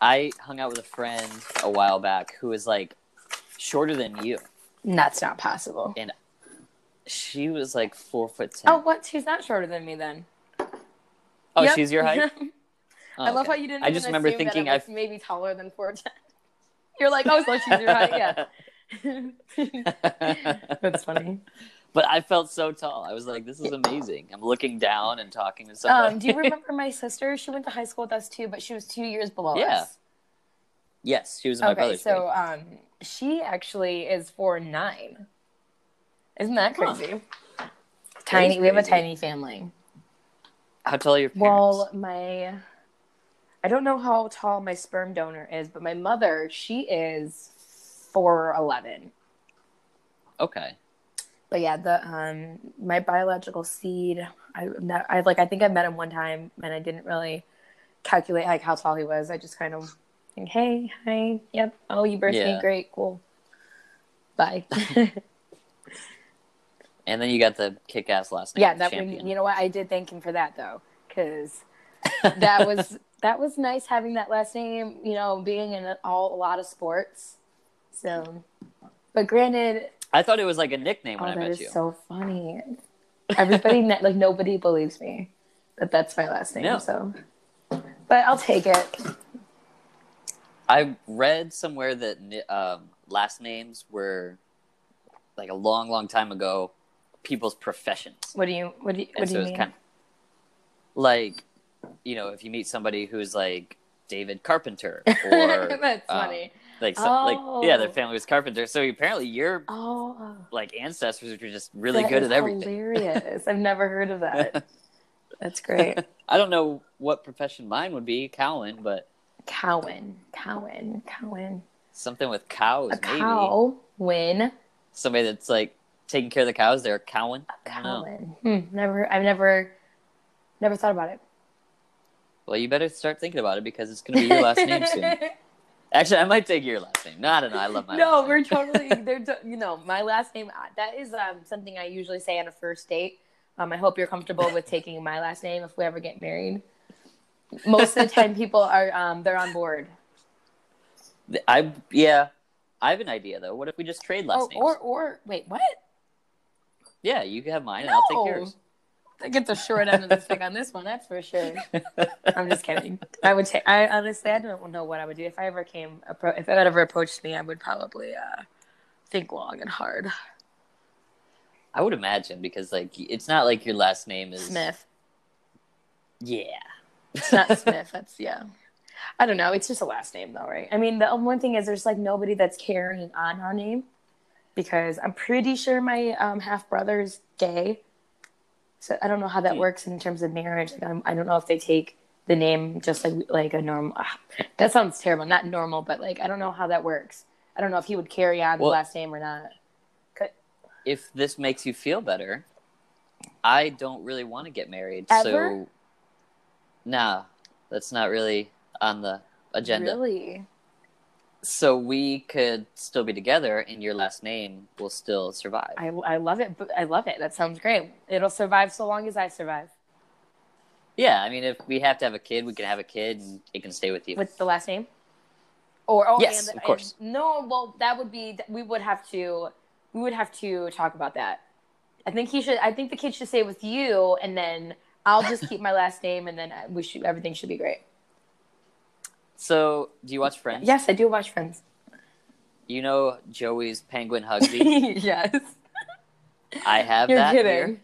Speaker 2: I hung out with a friend a while back who was like shorter than you.
Speaker 1: That's not possible.
Speaker 2: She was like four foot ten.
Speaker 1: Oh, what? She's not shorter than me then.
Speaker 2: Oh,
Speaker 1: Yep.
Speaker 2: she's your height. Oh,
Speaker 1: I love
Speaker 2: okay.
Speaker 1: how you didn't.
Speaker 2: I just
Speaker 1: even
Speaker 2: remember
Speaker 1: assume that
Speaker 2: thinking
Speaker 1: I
Speaker 2: I
Speaker 1: was maybe taller than four ten. You're like, oh, so she's your height. Yeah. that's funny.
Speaker 2: but I felt so tall. I was like, this is amazing. I'm looking down and talking to somebody.
Speaker 1: Um, do you remember my sister? She went to high school with us too, but she was two years below
Speaker 2: Yeah.
Speaker 1: us.
Speaker 2: yes, she was in my
Speaker 1: okay,
Speaker 2: brother's grade.
Speaker 1: so um, she actually is four nine. Isn't that
Speaker 2: Huh.
Speaker 1: crazy? Tiny. We have a
Speaker 2: crazy.
Speaker 1: tiny family.
Speaker 2: How tall are your parents?
Speaker 1: Well, my I don't know how tall my sperm donor is, but my mother she is four eleven.
Speaker 2: okay.
Speaker 1: But yeah, the um my biological seed, I not, I like I think I met him one time and I didn't really calculate like how tall he was. I just kind of think, hey, hi, yep, oh you birthed
Speaker 2: Yeah.
Speaker 1: me, great, cool, bye.
Speaker 2: And then you got the kick-ass last name.
Speaker 1: yeah, that
Speaker 2: champion.
Speaker 1: you know what I did thank him for that though, because that was that was nice having that last name. You know, being in all a lot of sports, so. But granted,
Speaker 2: I thought it was like a nickname when
Speaker 1: Oh,
Speaker 2: I
Speaker 1: that
Speaker 2: met
Speaker 1: is
Speaker 2: you.
Speaker 1: so funny. Everybody, ne- like nobody believes me that that's my last name.
Speaker 2: No.
Speaker 1: So, but I'll take it.
Speaker 2: I read somewhere that ni- um, last names were like a long, long time ago people's professions.
Speaker 1: What do you? What do you? What
Speaker 2: and
Speaker 1: do you
Speaker 2: so it's
Speaker 1: mean?
Speaker 2: kind of like you know if you meet somebody who's like David Carpenter or
Speaker 1: that's
Speaker 2: um,
Speaker 1: funny.
Speaker 2: like some, like yeah their
Speaker 1: Oh.
Speaker 2: family was carpenter so apparently your
Speaker 1: Oh,
Speaker 2: like ancestors were just really
Speaker 1: that
Speaker 2: good
Speaker 1: is
Speaker 2: at everything
Speaker 1: Hilarious! I've never heard of that. That's great.
Speaker 2: I don't know what profession mine would be Cowan but
Speaker 1: Cowan, Cowan, Cowan.
Speaker 2: something with cows
Speaker 1: A
Speaker 2: maybe
Speaker 1: cow win.
Speaker 2: somebody that's like taking care of the cows they're a Cowan
Speaker 1: A
Speaker 2: I don't know.
Speaker 1: Cowan. Hmm, never. I've never, never thought about it.
Speaker 2: well you better start thinking about it because it's gonna be your last name soon actually I might take your last name no I don't know I love my
Speaker 1: no,
Speaker 2: last name.
Speaker 1: we're totally. They're to- you know my last name. uh, That is um, something I usually say on a first date. Um, I hope you're comfortable with taking my last name if we ever get married. Most of the time, people are um, they're on board.
Speaker 2: Th- I yeah. I have an idea though. What if we just trade last
Speaker 1: Oh,
Speaker 2: names?
Speaker 1: or or wait, what?
Speaker 2: Yeah, you can have mine, and I'll take yours.
Speaker 1: I get the short end of the stick on this one, that's for sure. I'm just kidding. I would take. I honestly, I don't know what I would do if I ever came. appro- If it ever approached me, I would probably uh, think long and hard.
Speaker 2: I would imagine because like it's not like your last name is
Speaker 1: Smith.
Speaker 2: Yeah,
Speaker 1: It's not Smith. That's yeah. I don't know. It's just a last name though, right? I mean, the um, one thing is there's like nobody that's carrying on our name because I'm pretty sure my um, half brother is gay. So I don't know how that
Speaker 2: Hmm.
Speaker 1: works in terms of marriage. Like, I'm, I don't know if they take the name just like like a normal. that sounds terrible. Not normal, but like I don't know how that works. I don't know if he would carry on
Speaker 2: Well-
Speaker 1: the last name or not.
Speaker 2: if this makes you feel better, I don't really want to get married.
Speaker 1: Ever?
Speaker 2: So, nah, that's not really on the agenda.
Speaker 1: Really?
Speaker 2: So we could still be together, and your last name will still survive.
Speaker 1: I I love it. but- I love it. That sounds great. It'll survive so long as I survive
Speaker 2: Yeah, I mean, if we have to have a kid, we can have a kid, and it can stay with you.
Speaker 1: with the last name. Or oh,
Speaker 2: Yes,
Speaker 1: and-
Speaker 2: of course.
Speaker 1: and- no, well, that would be we would have to we would have to talk about that. I think he should. I think the kid should stay with you, and then I'll just keep my last name, and then I- we should everything should be great.
Speaker 2: So, do you watch Friends?
Speaker 1: Yes, I do watch Friends.
Speaker 2: You know Joey's penguin Hugsy.
Speaker 1: yes,
Speaker 2: I have
Speaker 1: you're
Speaker 2: that here,
Speaker 1: kidding.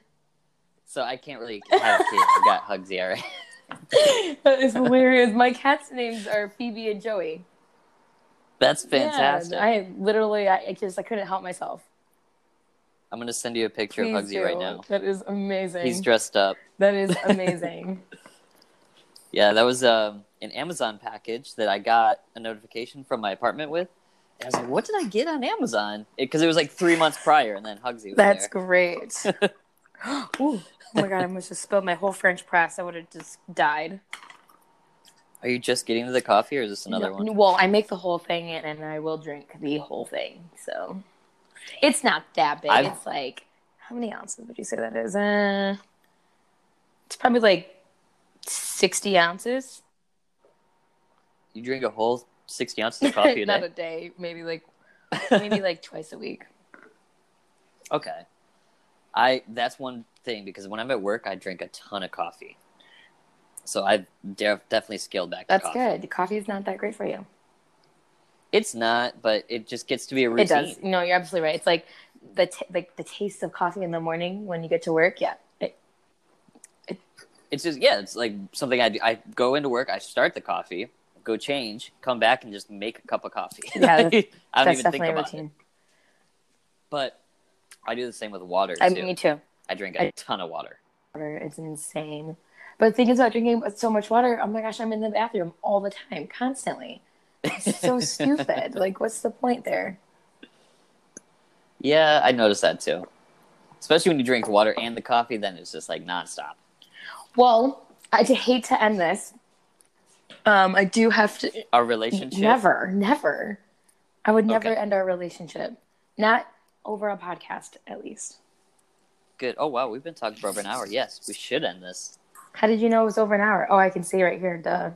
Speaker 2: so I can't really have a kid. I got Hugsy already.
Speaker 1: that is hilarious. My cat's names are Phoebe and Joey.
Speaker 2: That's fantastic.
Speaker 1: Yeah, I literally, I, I just, I couldn't help myself.
Speaker 2: I'm gonna send you a picture of
Speaker 1: Please
Speaker 2: Hugsy right
Speaker 1: do.
Speaker 2: now.
Speaker 1: That is amazing.
Speaker 2: He's dressed up.
Speaker 1: that is amazing.
Speaker 2: Yeah, that was um, an Amazon package that I got a notification from my apartment with. And I was like, "What did I get on Amazon?" Because it, was like three months prior, and then Hugsy was
Speaker 1: That's
Speaker 2: there.
Speaker 1: great. Ooh, oh my god, I must have spilled my whole French press. I would have just died.
Speaker 2: Are you just getting to the coffee, or is this another
Speaker 1: No-
Speaker 2: one?
Speaker 1: Well, I make the whole thing and, and I will drink the whole thing. So it's not that big.
Speaker 2: I've-
Speaker 1: It's like how many ounces would you say that is? Uh, it's probably like sixty ounces.
Speaker 2: You drink a whole sixty ounces of coffee a
Speaker 1: not
Speaker 2: day.
Speaker 1: a day. Maybe like maybe like twice a week.
Speaker 2: okay, I that's one thing because when I'm at work, I drink a ton of coffee. So I've de- definitely scaled back.
Speaker 1: That's
Speaker 2: the coffee.
Speaker 1: good. Coffee is not that great for you.
Speaker 2: It's not, but it just gets to be a routine.
Speaker 1: It does. No, you're absolutely right. It's like the t- like the taste of coffee in the morning when you get to work. Yeah, it,
Speaker 2: it's just yeah, it's like something I do. I go into work, I start the coffee, go change, come back, and just make a cup of coffee.
Speaker 1: Yeah,
Speaker 2: Like, I don't
Speaker 1: that's
Speaker 2: even think
Speaker 1: definitely a
Speaker 2: about it.
Speaker 1: routine.
Speaker 2: But I do the same with water
Speaker 1: I
Speaker 2: too.
Speaker 1: me too.
Speaker 2: I drink a ton of water.
Speaker 1: Water, it's insane. But thinking about drinking so much water, oh my gosh, I'm in the bathroom all the time, constantly. It's so stupid. Like, what's the point there?
Speaker 2: Yeah, I noticed that too. Especially when you drink water and the coffee, then it's just like nonstop.
Speaker 1: Well, I d- hate to end this. Um, I do have to.
Speaker 2: Our relationship.
Speaker 1: Never, never. I would never
Speaker 2: Okay.
Speaker 1: end our relationship. Not over a podcast, at least.
Speaker 2: Good. Oh wow, we've been talking for over an hour. Yes, we should end this.
Speaker 1: How did you know it was over an hour? Oh, I can see right here. Duh.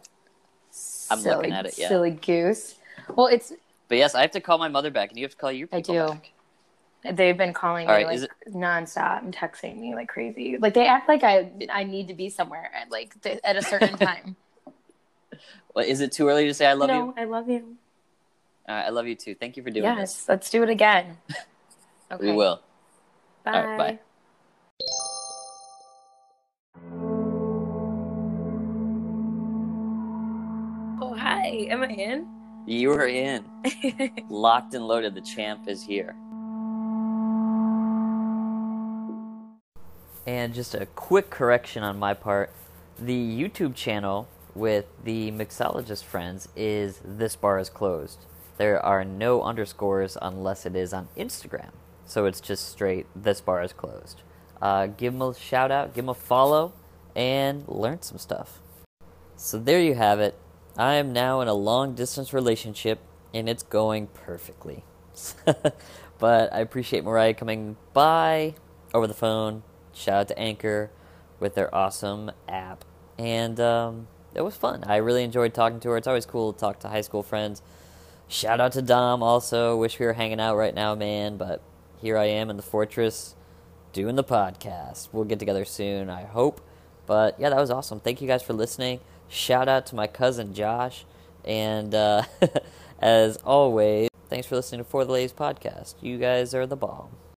Speaker 2: I'm
Speaker 1: silly,
Speaker 2: looking at it, yeah.
Speaker 1: Silly goose. Well, it's
Speaker 2: But yes, I have to call my mother back, and you have to call your
Speaker 1: I
Speaker 2: people
Speaker 1: do.
Speaker 2: back.
Speaker 1: They've been calling
Speaker 2: All
Speaker 1: me
Speaker 2: right,
Speaker 1: like
Speaker 2: is
Speaker 1: nonstop and texting me like crazy. Like they act like I I need to be somewhere at like th- at a certain time.
Speaker 2: Well, is it too early to say I love
Speaker 1: no,
Speaker 2: you?
Speaker 1: I love you.
Speaker 2: All right, I love you too. Thank you for doing
Speaker 1: yes,
Speaker 2: this.
Speaker 1: let's do it again. Okay.
Speaker 2: We will.
Speaker 1: Bye.
Speaker 2: All right, bye.
Speaker 1: Oh hi, am I in?
Speaker 2: You are in. Locked and loaded. The champ is here.
Speaker 3: And just a quick correction on my part the YouTube channel with the mixologist friends is This Bar is Closed. There are no underscores unless it is on Instagram. So it's just straight This Bar is Closed. Uh, give them a shout out, give them a follow, and learn some stuff. So there you have it. I am now in a long distance relationship and it's going perfectly. but I appreciate Mariah coming by over the phone. Shout out to Anchor with their awesome app. And um, it was fun. I really enjoyed talking to her. It's always cool to talk to high school friends. Shout out to Dom also. Wish we were hanging out right now, man. But here I am in the fortress
Speaker 2: doing the podcast. We'll get together soon, I hope. But yeah, that was awesome. Thank you guys for listening. Shout out to my cousin Josh. And uh, as always, thanks for listening to For the Ladies podcast. You guys are the bomb.